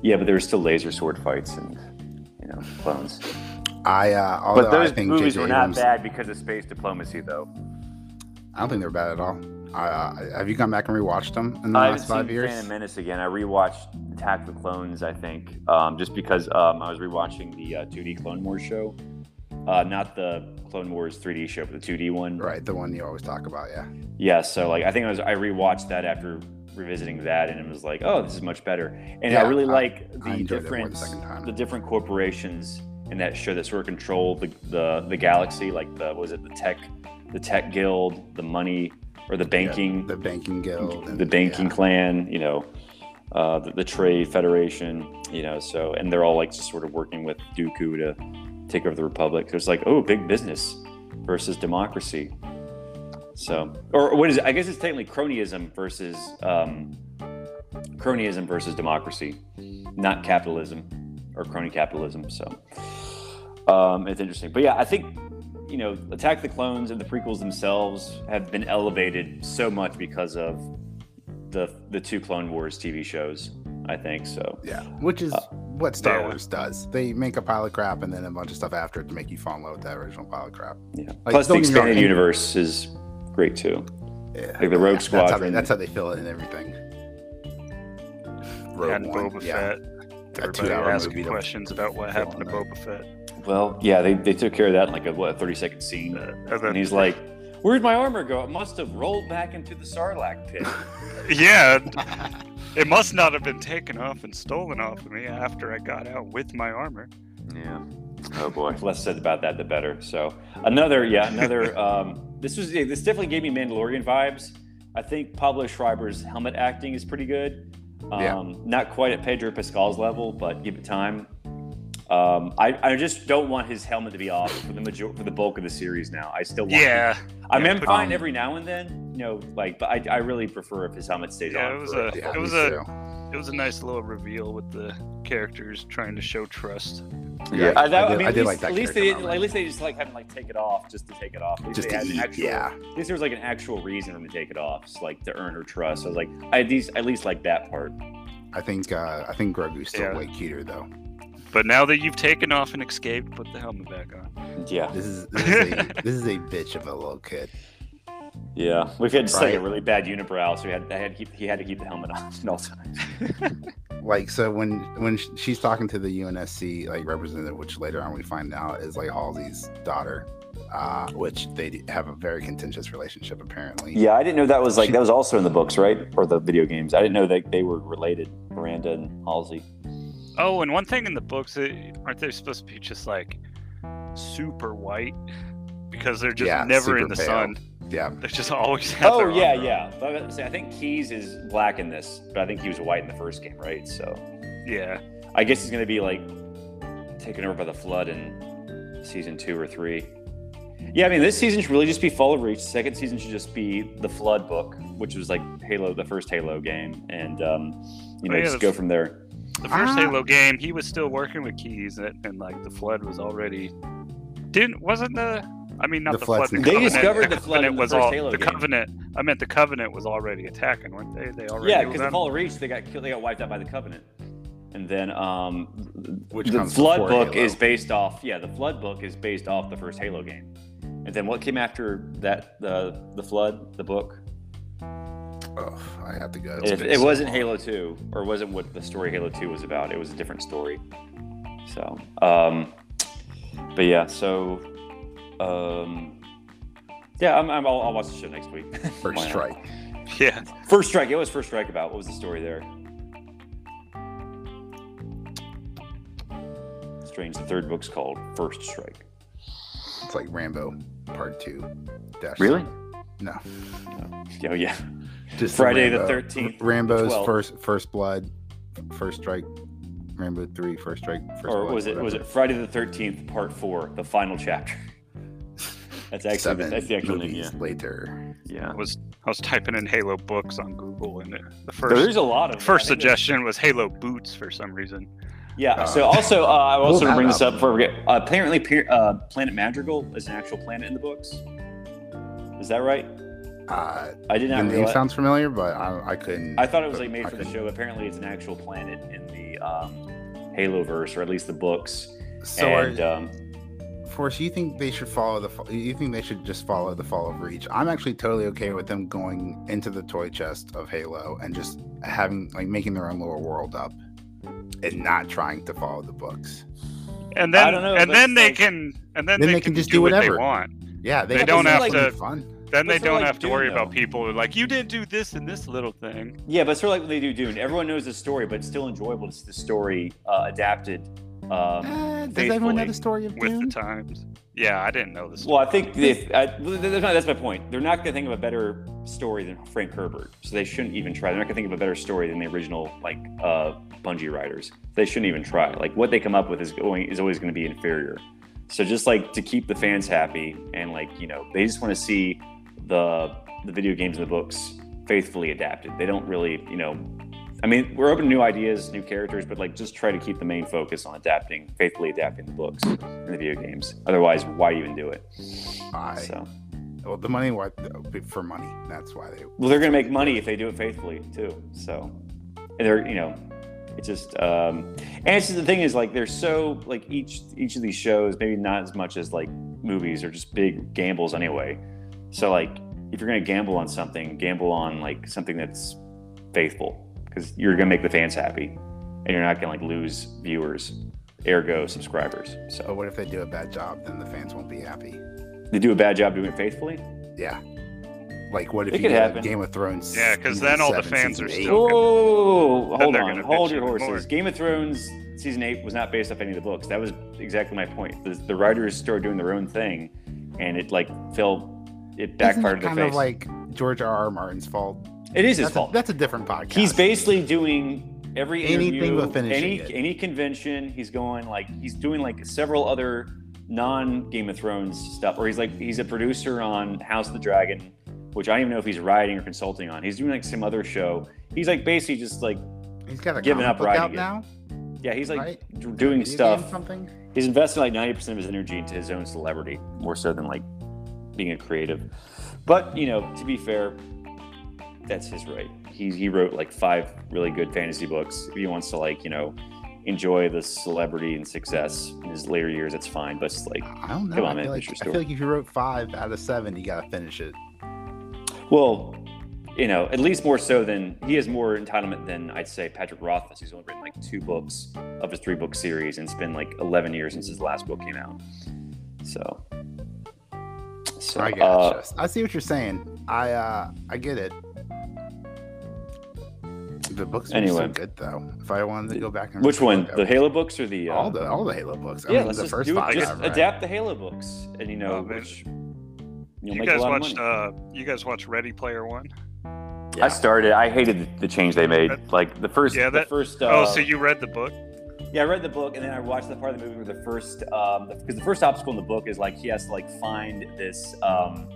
[SPEAKER 1] Yeah, but there were still laser sword fights and you know clones.
[SPEAKER 2] I uh, although
[SPEAKER 1] But those
[SPEAKER 2] I think
[SPEAKER 1] movies
[SPEAKER 2] JJ
[SPEAKER 1] were not
[SPEAKER 2] Abrams-
[SPEAKER 1] bad because of space diplomacy, though.
[SPEAKER 2] I don't think they're bad at all. I, uh, have you gone back and rewatched them in the
[SPEAKER 1] I haven't
[SPEAKER 2] last five
[SPEAKER 1] seen
[SPEAKER 2] years?
[SPEAKER 1] Phantom Menace again. I rewatched Attack of the Clones, I think, um, just because um, I was rewatching the uh, 2D Clone Wars show, uh, not the Clone Wars 3D show, but the 2D one.
[SPEAKER 2] Right, the one you always talk about, yeah.
[SPEAKER 1] Yeah, so like I think I was I rewatched that after revisiting that, and it was like, oh, this is much better. And I
[SPEAKER 2] Yeah,
[SPEAKER 1] really
[SPEAKER 2] I-
[SPEAKER 1] like the
[SPEAKER 2] I enjoyed it more the
[SPEAKER 1] different
[SPEAKER 2] second time.
[SPEAKER 1] the different corporations in that show that sort of control the the, the galaxy, like the what was it the tech the tech guild, the money or the banking
[SPEAKER 2] the banking guild, and,
[SPEAKER 1] the banking
[SPEAKER 2] yeah.
[SPEAKER 1] clan, you know, uh, the, the trade federation, you know, so, and they're all like just sort of working with Dooku to take over the Republic. There's like, oh, big business versus democracy. So, or what is it? I guess it's technically cronyism versus, um, cronyism versus democracy, not capitalism or crony capitalism. So, um, it's interesting. But yeah, I think you know, Attack the Clones and the prequels themselves have been elevated so much because of the the two Clone Wars TV shows. I think so.
[SPEAKER 2] Yeah, which
[SPEAKER 1] Uh,
[SPEAKER 2] is what Star
[SPEAKER 3] yeah.
[SPEAKER 2] Wars does. They make a pile of crap and then a bunch of stuff after it to make you fall in love with that original pile of crap.
[SPEAKER 1] Yeah. Plus, the
[SPEAKER 2] don't get me wrong,
[SPEAKER 1] expanded
[SPEAKER 2] and-
[SPEAKER 1] universe is great too.
[SPEAKER 2] Yeah.
[SPEAKER 1] Like the Rogue
[SPEAKER 2] That's how, they,
[SPEAKER 1] Squadron.
[SPEAKER 2] that's how they fill it in everything.
[SPEAKER 1] uh,
[SPEAKER 2] Rogue
[SPEAKER 3] and
[SPEAKER 2] One,
[SPEAKER 3] Boba
[SPEAKER 2] yeah.
[SPEAKER 3] Fett.
[SPEAKER 2] A
[SPEAKER 3] Everybody
[SPEAKER 2] two-hour
[SPEAKER 3] asking
[SPEAKER 2] movie to-
[SPEAKER 3] questions about what
[SPEAKER 2] fill
[SPEAKER 3] happened to
[SPEAKER 2] in that.
[SPEAKER 3] Boba Fett.
[SPEAKER 1] well, yeah, they, they took care of that in like a what a thirty second scene,
[SPEAKER 3] Uh, and then-
[SPEAKER 1] and he's like, "Where'd my armor go? It must have rolled back into the Sarlacc pit."
[SPEAKER 3] Yeah, it must not have been taken off and stolen off of me after I got out with my armor.
[SPEAKER 1] Yeah. Oh boy. Less said about that, the better. So another, yeah, another. um, this was this definitely gave me Mandalorian vibes. I think Pablo Schreiber's helmet acting is pretty good. Um,
[SPEAKER 2] Yeah.
[SPEAKER 1] Not quite at Pedro Pascal's level, but give it time. Um, I, I just don't want his helmet to be off for the major- for the bulk of the series now. I still want
[SPEAKER 3] Yeah,
[SPEAKER 1] I mean,
[SPEAKER 3] yeah,
[SPEAKER 1] I'm
[SPEAKER 3] put-
[SPEAKER 1] fine
[SPEAKER 2] um,
[SPEAKER 1] every now and then, you know, like, but I, I really prefer if his helmet stays
[SPEAKER 3] yeah,
[SPEAKER 1] on.
[SPEAKER 3] it was
[SPEAKER 1] for-
[SPEAKER 3] a
[SPEAKER 2] Yeah,
[SPEAKER 3] it was
[SPEAKER 2] me
[SPEAKER 3] a
[SPEAKER 2] too.
[SPEAKER 3] it was a nice little reveal with the characters trying to show trust.
[SPEAKER 2] Yeah,
[SPEAKER 1] I, Uh, that, I,
[SPEAKER 2] did,
[SPEAKER 1] mean,
[SPEAKER 2] I
[SPEAKER 1] at
[SPEAKER 2] did
[SPEAKER 1] least,
[SPEAKER 2] like that.
[SPEAKER 1] at least
[SPEAKER 2] character
[SPEAKER 1] they
[SPEAKER 2] moment.
[SPEAKER 1] didn't- at least they just like had him like take it off just to take it off. At least
[SPEAKER 2] just
[SPEAKER 1] they
[SPEAKER 2] to
[SPEAKER 1] had an
[SPEAKER 2] eat,
[SPEAKER 1] actual-
[SPEAKER 2] yeah.
[SPEAKER 1] At least there was like an actual reason for him to take it off, just, like to earn her trust. So I was like, I at least at least like that part.
[SPEAKER 2] I think uh, I think Grogu's still
[SPEAKER 3] Yeah.
[SPEAKER 2] way cuter though.
[SPEAKER 3] But now that you've taken off and escaped, put the helmet back on.
[SPEAKER 1] Yeah,
[SPEAKER 2] This is this is a, this is a bitch of a little kid.
[SPEAKER 1] yeah. We've had just like a
[SPEAKER 2] Right.
[SPEAKER 1] really bad unibrow, so he had, I had to keep, he had to keep the helmet on at all times.
[SPEAKER 2] like so when when sh- she's talking to the UNSC like representative, which later on we find out is like Halsey's daughter, uh, which they d- have a very contentious relationship apparently.
[SPEAKER 1] Yeah, I didn't know that was
[SPEAKER 2] like- that
[SPEAKER 1] was also in the books, right, or the video games. I didn't know that they were related, Miranda and Halsey.
[SPEAKER 3] Oh, and one thing in the books, it, aren't they supposed to be just like super white because they're just
[SPEAKER 2] Yeah,
[SPEAKER 3] never in
[SPEAKER 2] super
[SPEAKER 3] the
[SPEAKER 2] pale.
[SPEAKER 3] sun?
[SPEAKER 2] Yeah,
[SPEAKER 3] They just always have.
[SPEAKER 1] Oh
[SPEAKER 3] their
[SPEAKER 1] yeah,
[SPEAKER 3] armor on.
[SPEAKER 1] yeah. But I was gonna say, I think Keys is black in this, but I think he was white in the first game, right? So.
[SPEAKER 3] yeah.
[SPEAKER 1] I guess he's gonna be like taken over by the flood in season two or three. Yeah, I mean this season should really just be Fall of Reach. Second season should just be the Flood book, which was like Halo, the first Halo game, and um, you know
[SPEAKER 3] Oh, yeah,
[SPEAKER 1] just
[SPEAKER 3] that's-
[SPEAKER 1] go from there.
[SPEAKER 3] The first
[SPEAKER 2] Ah.
[SPEAKER 3] Halo game, he was still working with keys, and, and like the flood was already didn't wasn't the I mean not
[SPEAKER 2] The
[SPEAKER 3] the, flood.
[SPEAKER 2] flood's
[SPEAKER 3] The
[SPEAKER 2] in-
[SPEAKER 1] They
[SPEAKER 3] covenant,
[SPEAKER 1] discovered the
[SPEAKER 3] covenant
[SPEAKER 1] flood in the
[SPEAKER 3] was
[SPEAKER 1] first
[SPEAKER 3] all
[SPEAKER 1] Halo
[SPEAKER 3] the
[SPEAKER 1] game.
[SPEAKER 3] covenant. I meant the covenant was already attacking, weren't they? They already
[SPEAKER 1] Yeah,
[SPEAKER 3] were
[SPEAKER 1] because the
[SPEAKER 3] done?
[SPEAKER 1] Fall of Reach they got killed, they got wiped out by the Covenant, and then um,
[SPEAKER 2] Which
[SPEAKER 1] the
[SPEAKER 2] comes
[SPEAKER 1] Flood
[SPEAKER 2] before
[SPEAKER 1] book
[SPEAKER 2] Halo.
[SPEAKER 1] is based off. Yeah, the Flood book is based off the first Halo game, and then what came after that? The the Flood, the book.
[SPEAKER 2] oh, I have to go.
[SPEAKER 1] If it wasn't Halo 2, or wasn't what the story Halo 2 was about. It was a different story. So, um, but yeah, so, um, yeah, I'm, I'm, I'll, I'll watch the show next week. Why
[SPEAKER 2] first
[SPEAKER 1] not?
[SPEAKER 2] strike.
[SPEAKER 3] yeah.
[SPEAKER 1] First strike. It was first strike about. What was the story there? Strange. The third book's called First Strike.
[SPEAKER 2] It's like Rambo Part Two. Dash
[SPEAKER 1] Really?
[SPEAKER 2] No.
[SPEAKER 1] Oh yeah.
[SPEAKER 2] Just
[SPEAKER 1] Friday the
[SPEAKER 2] Rambo.
[SPEAKER 1] 13th,
[SPEAKER 2] Rambo's
[SPEAKER 1] 12th.
[SPEAKER 2] first first blood, first strike. Rambo three, first strike. First
[SPEAKER 1] or
[SPEAKER 2] blood,
[SPEAKER 1] was it was
[SPEAKER 2] whatever.
[SPEAKER 1] it Friday the Thirteenth, Part Four, the final chapter? That's actually
[SPEAKER 2] Seven
[SPEAKER 1] that's the actual name. Yeah.
[SPEAKER 2] movies later.
[SPEAKER 1] Yeah.
[SPEAKER 3] I was I was typing in Halo books on Google, and it, the
[SPEAKER 1] So
[SPEAKER 3] first
[SPEAKER 1] there's a lot of them.
[SPEAKER 3] first
[SPEAKER 1] I think there's-
[SPEAKER 3] suggestion was Halo boots for some reason.
[SPEAKER 1] Yeah.
[SPEAKER 2] Uh,
[SPEAKER 1] So also, uh, I
[SPEAKER 2] Pull
[SPEAKER 1] also
[SPEAKER 2] that
[SPEAKER 1] bring this
[SPEAKER 2] up.
[SPEAKER 1] up before we forget. Uh, apparently, Pier- uh, Planet Madrigal is an actual planet in the books. Is that right?
[SPEAKER 2] Uh,
[SPEAKER 1] I did
[SPEAKER 2] the
[SPEAKER 1] not
[SPEAKER 2] name
[SPEAKER 1] realize.
[SPEAKER 2] sounds familiar, but I, I couldn't.
[SPEAKER 1] I thought it was like made
[SPEAKER 2] I
[SPEAKER 1] for the
[SPEAKER 2] couldn't-
[SPEAKER 1] show. Apparently, it's an actual planet in the um, Halo verse, or at least the books.
[SPEAKER 2] So,
[SPEAKER 1] and
[SPEAKER 2] are,
[SPEAKER 1] um,
[SPEAKER 2] Force, you think they should follow the? fa- You think they should just follow the fall of Reach? I'm actually totally okay with them going into the toy chest of Halo and just having like making their own little world up, and not trying to follow the books.
[SPEAKER 3] And then
[SPEAKER 1] I don't know,
[SPEAKER 3] and
[SPEAKER 1] but
[SPEAKER 3] then
[SPEAKER 1] it's
[SPEAKER 3] they
[SPEAKER 1] like-
[SPEAKER 3] can and then,
[SPEAKER 2] Then they can just do
[SPEAKER 3] what
[SPEAKER 2] whatever.
[SPEAKER 3] they want.
[SPEAKER 2] Yeah,
[SPEAKER 3] They
[SPEAKER 2] could
[SPEAKER 1] don't
[SPEAKER 2] do
[SPEAKER 1] have
[SPEAKER 2] something
[SPEAKER 3] to-
[SPEAKER 2] Fun.
[SPEAKER 1] But
[SPEAKER 3] Then they
[SPEAKER 1] it's not
[SPEAKER 3] don't
[SPEAKER 1] like
[SPEAKER 3] have to
[SPEAKER 1] Doom,
[SPEAKER 3] worry
[SPEAKER 1] though.
[SPEAKER 3] about people who are like you did do this and this little thing.
[SPEAKER 1] yeah, but sort of like what they do Dune. Everyone knows the story, but it's still enjoyable. It's the story uh, adapted. Um,
[SPEAKER 2] Uh, does everyone know
[SPEAKER 1] faithfully
[SPEAKER 2] the story of
[SPEAKER 3] with
[SPEAKER 2] Doom?
[SPEAKER 3] the times. Yeah, I didn't know this.
[SPEAKER 1] well, I think if, I, th- th- that's, my, that's my point. They're not going to think of a better story than Frank Herbert, so they shouldn't even try. They're not going to think of a better story than the original like uh, Bungie writers. They shouldn't even try. Like what they come up with is going is always going to be inferior. So just like to keep the fans happy and like you know they just want to see the the video games and the books faithfully adapted. They don't really you know. I mean, we're open to new ideas, new characters, but like just try to keep the main focus on adapting, faithfully adapting the books and the video games. Otherwise, why even do it?
[SPEAKER 2] I,
[SPEAKER 1] So,
[SPEAKER 2] well, the money wa- for money. That's why they.
[SPEAKER 1] well, they're gonna make money if they do it faithfully too. So, and they're you know, it's just um, and it's just the thing is like they're so like each each of these shows maybe not as much as like movies are just big gambles anyway. So like if you're gonna gamble on something, gamble on like something that's faithful because you're gonna make the fans happy and you're not gonna like lose viewers, ergo subscribers.
[SPEAKER 2] But
[SPEAKER 1] So
[SPEAKER 2] uh, what if they do a bad job? Then the fans won't be happy.
[SPEAKER 1] they do a bad job doing it faithfully.
[SPEAKER 2] Yeah. Like what if
[SPEAKER 1] It
[SPEAKER 2] you
[SPEAKER 1] could
[SPEAKER 2] did a
[SPEAKER 1] happen.
[SPEAKER 2] Game of Thrones?
[SPEAKER 3] Yeah, 'cause
[SPEAKER 2] season
[SPEAKER 3] then all the
[SPEAKER 2] seven,
[SPEAKER 3] fans
[SPEAKER 2] season
[SPEAKER 3] are
[SPEAKER 2] eight?
[SPEAKER 3] still-
[SPEAKER 1] Whoa, whoa, whoa,
[SPEAKER 3] Then
[SPEAKER 1] hold
[SPEAKER 3] they're
[SPEAKER 1] on,
[SPEAKER 3] gonna
[SPEAKER 1] hold
[SPEAKER 3] bitch
[SPEAKER 1] your
[SPEAKER 3] even
[SPEAKER 1] horses.
[SPEAKER 3] more.
[SPEAKER 1] Game of Thrones season eight was not based off any of the books. That was exactly my point. The, the writers started doing their own thing, and it like fell, it
[SPEAKER 2] Isn't
[SPEAKER 1] backfired
[SPEAKER 2] that
[SPEAKER 1] in the
[SPEAKER 2] kind
[SPEAKER 1] face.
[SPEAKER 2] of like George R. R. Martin's fault.
[SPEAKER 1] it is his
[SPEAKER 2] That's a,
[SPEAKER 1] fault.
[SPEAKER 2] that's a different podcast.
[SPEAKER 1] he's basically doing every
[SPEAKER 2] Anything
[SPEAKER 1] interview,
[SPEAKER 2] but finishing
[SPEAKER 1] any
[SPEAKER 2] it.
[SPEAKER 1] any convention. He's going like he's doing like several other non Game of Thrones stuff, or he's like he's a producer on House of the Dragon, which I don't even know if he's writing or consulting on. He's doing like some other show. He's like basically just like
[SPEAKER 2] he's got a
[SPEAKER 1] giving
[SPEAKER 2] comic
[SPEAKER 1] up
[SPEAKER 2] book
[SPEAKER 1] writing
[SPEAKER 2] out
[SPEAKER 1] it.
[SPEAKER 2] now.
[SPEAKER 1] yeah, he's like
[SPEAKER 2] Right?
[SPEAKER 1] d- doing
[SPEAKER 2] Video
[SPEAKER 1] stuff.
[SPEAKER 2] game Something.
[SPEAKER 1] He's investing like 90% of his energy into his own celebrity more so than like being a creative. But, you know, to be fair, that's his right. He, he wrote like five really good fantasy books. If he wants to like, you know, enjoy the celebrity and success in his later years, that's fine. But it's like,
[SPEAKER 2] I don't know.
[SPEAKER 1] Come on,
[SPEAKER 2] I,
[SPEAKER 1] man,
[SPEAKER 2] feel like,
[SPEAKER 1] finish your
[SPEAKER 2] I feel
[SPEAKER 1] story.
[SPEAKER 2] like if you wrote five out of seven, you gotta finish it.
[SPEAKER 1] well, you know, at least more so than he has more entitlement than I'd say Patrick Rothfuss, who's only written like two books of his three book series and it's been like 11 years since his last book came out. So, so
[SPEAKER 2] I
[SPEAKER 1] uh,
[SPEAKER 2] gotcha. I see what you're saying. I uh, I get it. The books are
[SPEAKER 1] Anyway.
[SPEAKER 2] so good though. If I wanted to go back and
[SPEAKER 1] Which
[SPEAKER 2] read
[SPEAKER 1] one?
[SPEAKER 2] them,
[SPEAKER 1] The Halo books or the uh,
[SPEAKER 2] all the all the Halo books. I
[SPEAKER 1] yeah,
[SPEAKER 2] mean,
[SPEAKER 1] let's
[SPEAKER 2] the
[SPEAKER 1] just
[SPEAKER 2] first
[SPEAKER 1] do it.
[SPEAKER 2] five.
[SPEAKER 1] just
[SPEAKER 2] I've read.
[SPEAKER 1] adapt the Halo books, and you know,
[SPEAKER 3] Oh, man.
[SPEAKER 1] which you'll
[SPEAKER 3] you
[SPEAKER 1] make a
[SPEAKER 3] guys
[SPEAKER 1] lot of
[SPEAKER 3] watched
[SPEAKER 1] money.
[SPEAKER 3] uh you guys watched Ready Player One?
[SPEAKER 1] I started. I hated the change they made.
[SPEAKER 3] That-
[SPEAKER 1] like the first,
[SPEAKER 3] Yeah,
[SPEAKER 1] the
[SPEAKER 3] that-
[SPEAKER 1] first.
[SPEAKER 3] oh,
[SPEAKER 1] Uh,
[SPEAKER 3] so you read the book?
[SPEAKER 1] Yeah, I read the book, and then I watched the part of the movie where the first, um, because the first obstacle in the book is like he has to like find this um,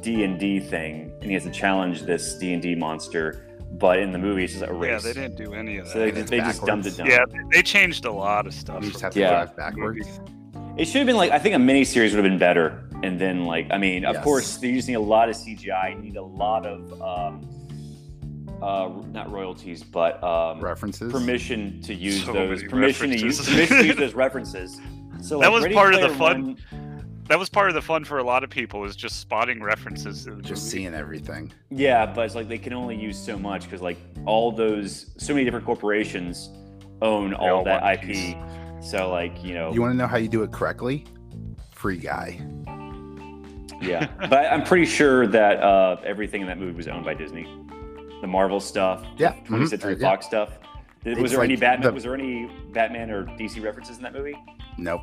[SPEAKER 1] D and D thing, and he has to challenge this D and D monster. But in the movie, it's just a race.
[SPEAKER 3] Yeah, they didn't do any of
[SPEAKER 1] So they
[SPEAKER 3] that.
[SPEAKER 1] just, they just dumped it down.
[SPEAKER 3] yeah, they- they changed a lot of stuff.
[SPEAKER 2] You just
[SPEAKER 3] from-
[SPEAKER 2] have to
[SPEAKER 1] Yeah.
[SPEAKER 2] drive backwards.
[SPEAKER 1] It should have been like I think a mini series would have been better, and then like I mean, of
[SPEAKER 2] Yes.
[SPEAKER 1] course, they just need a lot of CGI. You need a lot of um, uh, not royalties, but um,
[SPEAKER 2] References.
[SPEAKER 1] permission to use
[SPEAKER 3] So
[SPEAKER 1] those
[SPEAKER 3] many
[SPEAKER 1] permission to use
[SPEAKER 3] references.
[SPEAKER 1] permission to use those references. So
[SPEAKER 3] That
[SPEAKER 1] like,
[SPEAKER 3] was
[SPEAKER 1] Ready
[SPEAKER 3] part of the
[SPEAKER 1] Player
[SPEAKER 3] fun.
[SPEAKER 1] One-
[SPEAKER 3] That was part of the fun for a lot of people is just spotting references. To the
[SPEAKER 2] Just
[SPEAKER 3] movie.
[SPEAKER 2] seeing everything.
[SPEAKER 1] Yeah, but it's like they can only use so much because like all those so many different corporations own all,
[SPEAKER 3] all
[SPEAKER 1] that
[SPEAKER 3] want
[SPEAKER 1] IP.
[SPEAKER 3] peace.
[SPEAKER 1] So like you know,
[SPEAKER 2] You want to know how you do it correctly? Free guy.
[SPEAKER 1] Yeah, but I'm pretty sure that uh, everything in that movie was owned by Disney. The Marvel stuff,
[SPEAKER 2] Yeah.
[SPEAKER 1] 20th Century
[SPEAKER 2] mhm, yeah.
[SPEAKER 1] Fox stuff. Did- Was
[SPEAKER 2] It's
[SPEAKER 1] there any
[SPEAKER 2] like
[SPEAKER 1] Batman?
[SPEAKER 2] the-
[SPEAKER 1] Was there any Batman or DC references in that movie?
[SPEAKER 2] Nope.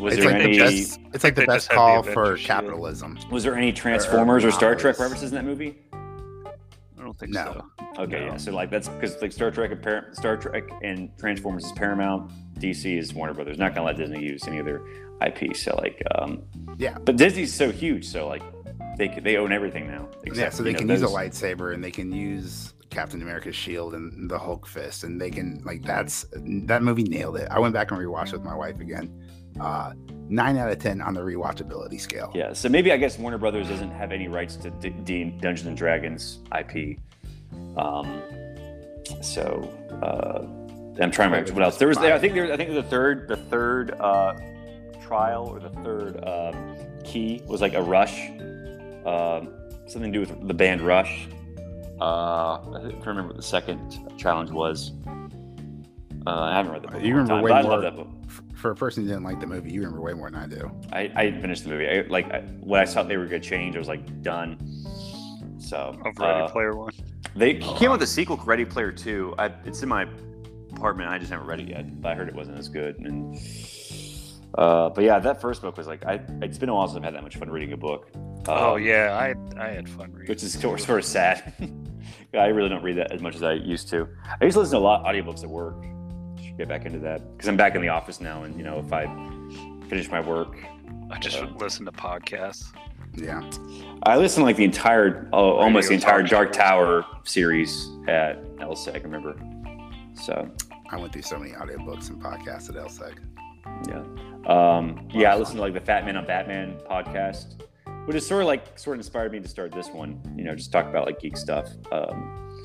[SPEAKER 1] Was
[SPEAKER 2] it's
[SPEAKER 1] there
[SPEAKER 2] like
[SPEAKER 1] any
[SPEAKER 2] the best. It's like
[SPEAKER 3] they
[SPEAKER 2] the best
[SPEAKER 3] just had the
[SPEAKER 2] call
[SPEAKER 3] Avengers
[SPEAKER 2] for
[SPEAKER 3] shield.
[SPEAKER 2] capitalism.
[SPEAKER 1] Was there any Transformers or Star Trek
[SPEAKER 2] Earth.
[SPEAKER 1] references in that movie?
[SPEAKER 3] I don't think
[SPEAKER 2] No.
[SPEAKER 3] so.
[SPEAKER 1] Okay,
[SPEAKER 3] No.
[SPEAKER 1] yeah. So like that's because like Star Trek, and Par- Star Trek and Transformers is Paramount. DC is Warner Brothers. Not gonna let Disney use any of their IP. So like, um,
[SPEAKER 2] Yeah.
[SPEAKER 1] But Disney's so huge, so like they c- they own everything now.
[SPEAKER 2] yeah, so they
[SPEAKER 1] you know,
[SPEAKER 2] can use
[SPEAKER 1] those-
[SPEAKER 2] a lightsaber and they can use Captain America's shield and the Hulk fist, and they can like that's that movie nailed it. I went back and rewatched with my wife again. Uh, nine out of ten on the rewatchability scale.
[SPEAKER 1] Yeah. So maybe I guess Warner Brothers doesn't have any rights to D- D- Dungeons and Dragons IP. Um, so uh, I'm trying to remember what else. There was. I think there. I think the third. The third uh, trial or the third uh, key was like a rush. Um something to do with the band Rush. Uh, I think- I can't remember what the second challenge was. Uh, I haven't read the book. in a
[SPEAKER 2] You
[SPEAKER 1] long
[SPEAKER 2] remember
[SPEAKER 1] time,
[SPEAKER 2] way
[SPEAKER 1] but I
[SPEAKER 2] more-
[SPEAKER 1] love that book.
[SPEAKER 2] F- For a person who didn't like the movie, you remember way more than I do.
[SPEAKER 1] I, I didn't finish the movie. I, like I, when I saw they were gonna change, I was like done. So
[SPEAKER 3] Of Ready
[SPEAKER 1] uh,
[SPEAKER 3] Player One.
[SPEAKER 1] they came out with a sequel, Ready Player Two. I, it's in my apartment. I just haven't read it yet, but I heard it wasn't as good. And uh, but yeah, that first book was like I. It's been a while since I've had that much fun reading a book.
[SPEAKER 3] Oh
[SPEAKER 1] Um,
[SPEAKER 3] yeah, I I had fun reading.
[SPEAKER 1] which is sort of, sort of sad. Yeah, I really don't read that as much as I used to. I used to listen to a lot of audiobooks at work. Should get back into that because I'm back in the office now, and you know if I finish my work,
[SPEAKER 3] I just
[SPEAKER 1] uh,
[SPEAKER 3] listen to podcasts.
[SPEAKER 2] Yeah,
[SPEAKER 1] I listened to like the entire, oh, almost the entire
[SPEAKER 3] Talk
[SPEAKER 1] Dark
[SPEAKER 3] Show.
[SPEAKER 1] Tower series at LSEC, I remember. So,
[SPEAKER 2] I went through so many audiobooks and podcasts at E LSEC.
[SPEAKER 1] yeah. Um, yeah, I listened to like the Fat Man on Batman podcast, which is sort of like, sort of inspired me to start this one, you know, just talk about like geek stuff. Um,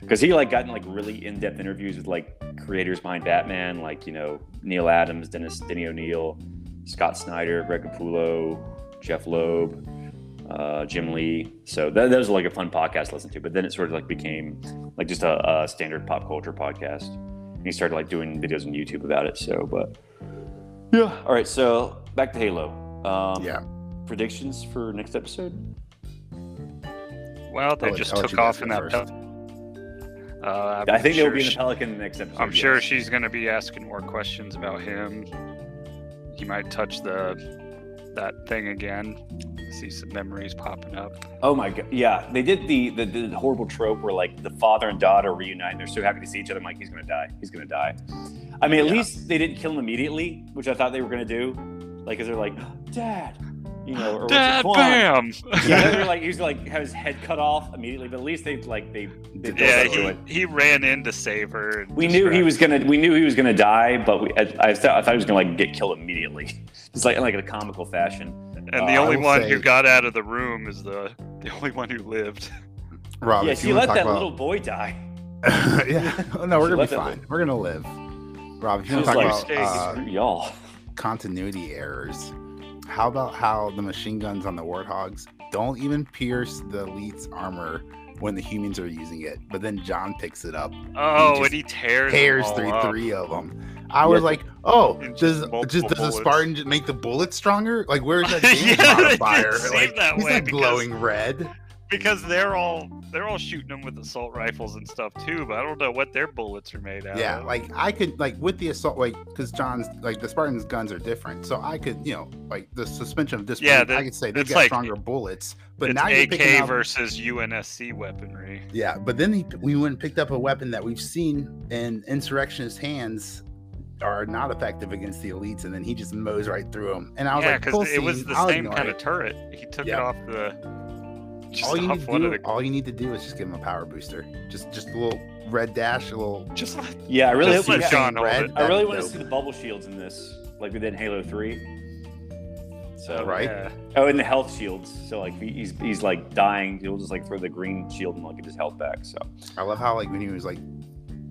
[SPEAKER 1] because he like gotten like really in-depth interviews with like creators behind Batman, like, you know, Neil Adams, Dennis, Denny O'Neill, Scott Snyder, Greg Capullo, Jeff Loeb, uh, Jim Lee. So that, that was like a fun podcast to listen to. But then it sort of like became like just a, a standard pop culture podcast. And he started like doing videos on YouTube about it. So, but yeah. All right. So back to Halo. Um,
[SPEAKER 2] Yeah.
[SPEAKER 1] Predictions for next episode?
[SPEAKER 3] Well, they
[SPEAKER 2] I'll let-
[SPEAKER 3] just
[SPEAKER 2] I'll let
[SPEAKER 3] took
[SPEAKER 2] you guys
[SPEAKER 3] off in
[SPEAKER 2] go
[SPEAKER 3] that.
[SPEAKER 2] first.
[SPEAKER 3] pel- Uh,
[SPEAKER 1] i think
[SPEAKER 3] sure
[SPEAKER 1] they'll be in the
[SPEAKER 3] she-
[SPEAKER 1] Pelican next episode.
[SPEAKER 3] I'm sure
[SPEAKER 1] yes.
[SPEAKER 3] she's going to be asking more questions about him. He might touch the that thing again. See some memories popping up.
[SPEAKER 1] Oh my god! Yeah, they did the, the the horrible trope where like the father and daughter reunite. and They're so happy to see each other. I'm like, he's gonna die. He's gonna die. I mean, at
[SPEAKER 3] Yeah.
[SPEAKER 1] least they didn't kill him immediately, which I thought they were gonna do. Like, cause they're like, Dad, you know, or
[SPEAKER 3] Dad,
[SPEAKER 1] what's it?
[SPEAKER 3] bam!
[SPEAKER 1] yeah, they're like he's like have his head cut off immediately, but at least they like they.
[SPEAKER 2] Did
[SPEAKER 3] Yeah,
[SPEAKER 1] Don't do it.
[SPEAKER 3] he, he ran in to save her. and
[SPEAKER 1] We knew he
[SPEAKER 3] distract-
[SPEAKER 1] was gonna. We knew he was gonna die, but we, I, I, thought, I thought he was gonna like get killed immediately. It's like in like a comical fashion.
[SPEAKER 3] And the
[SPEAKER 1] uh, I
[SPEAKER 3] only
[SPEAKER 2] will
[SPEAKER 3] one who
[SPEAKER 2] say-
[SPEAKER 3] got out of the room is the the only one who lived.
[SPEAKER 2] Rob,
[SPEAKER 1] yeah,
[SPEAKER 2] if
[SPEAKER 1] she
[SPEAKER 2] you
[SPEAKER 1] let
[SPEAKER 2] wanna talk
[SPEAKER 1] that
[SPEAKER 2] about-
[SPEAKER 1] little boy die.
[SPEAKER 2] yeah, Oh, no, we're
[SPEAKER 1] She
[SPEAKER 2] gonna be
[SPEAKER 1] let that
[SPEAKER 2] fine. We're gonna live. Rob, if
[SPEAKER 1] She
[SPEAKER 2] you want
[SPEAKER 1] was
[SPEAKER 2] to
[SPEAKER 1] like,
[SPEAKER 2] talk
[SPEAKER 3] "Hey,
[SPEAKER 2] about uh,
[SPEAKER 1] Screw y'all.
[SPEAKER 2] continuity errors, how about how the machine guns on the warthogs don't even pierce the elite's armor when the humans are using it, but then John picks it up,
[SPEAKER 3] Oh,
[SPEAKER 2] just
[SPEAKER 3] and he tears them
[SPEAKER 2] tears
[SPEAKER 3] all
[SPEAKER 2] through
[SPEAKER 3] up.
[SPEAKER 2] three of them. I was
[SPEAKER 1] Yeah.
[SPEAKER 2] like, oh,
[SPEAKER 3] And
[SPEAKER 2] does
[SPEAKER 3] just multiple
[SPEAKER 2] just does a
[SPEAKER 3] bullets.
[SPEAKER 2] Spartan just make the bullet stronger? Like, where's that
[SPEAKER 3] Yeah,
[SPEAKER 2] damage
[SPEAKER 3] that didn't
[SPEAKER 2] modifier?
[SPEAKER 3] seem
[SPEAKER 2] Like,
[SPEAKER 3] that
[SPEAKER 2] he's
[SPEAKER 3] way
[SPEAKER 2] not
[SPEAKER 3] because-
[SPEAKER 2] glowing red.
[SPEAKER 3] because they're all they're all shooting them with assault rifles and stuff too. But I don't know what their bullets are made out
[SPEAKER 2] Yeah,
[SPEAKER 3] of.
[SPEAKER 2] like I could like with the assault, like because John's like the Spartans' guns are different, so I could you know like the suspension of disbelief.
[SPEAKER 3] Yeah, that-
[SPEAKER 2] I could say they've
[SPEAKER 3] it's
[SPEAKER 2] got
[SPEAKER 3] like-
[SPEAKER 2] stronger bullets, but
[SPEAKER 3] it's
[SPEAKER 2] now you're picking
[SPEAKER 3] AK
[SPEAKER 2] up.
[SPEAKER 3] versus UNSC weaponry.
[SPEAKER 2] yeah, but then he, we went and picked up a weapon that we've seen in insurrectionist hands are not effective against the elites, and then he just mows right through them. And I was
[SPEAKER 3] yeah,
[SPEAKER 2] like, cool
[SPEAKER 3] it was
[SPEAKER 2] scene,
[SPEAKER 3] the
[SPEAKER 2] I'll
[SPEAKER 3] same
[SPEAKER 2] ignore
[SPEAKER 3] kind
[SPEAKER 2] it.
[SPEAKER 3] of turret. He took
[SPEAKER 2] Yeah.
[SPEAKER 3] it off the. Just
[SPEAKER 2] all you,
[SPEAKER 3] off
[SPEAKER 2] need to
[SPEAKER 3] one
[SPEAKER 2] do,
[SPEAKER 3] of the.
[SPEAKER 2] all you need to do is just give him a power booster. Just just a little red dash, a little
[SPEAKER 3] Just let,
[SPEAKER 1] Yeah, I really
[SPEAKER 3] just
[SPEAKER 1] hope.
[SPEAKER 3] let
[SPEAKER 1] yeah,
[SPEAKER 3] John hold
[SPEAKER 2] red.
[SPEAKER 3] it.
[SPEAKER 1] I
[SPEAKER 2] That'd
[SPEAKER 1] really
[SPEAKER 2] be
[SPEAKER 1] want to
[SPEAKER 2] dope.
[SPEAKER 1] see the bubble shields in this, like we did in Halo Three. So
[SPEAKER 2] Right.
[SPEAKER 3] Yeah.
[SPEAKER 1] Oh, and the health shields. So like he- he's he's like dying, he'll just like throw the green shield and like get his health back. So
[SPEAKER 2] I love how like when he was like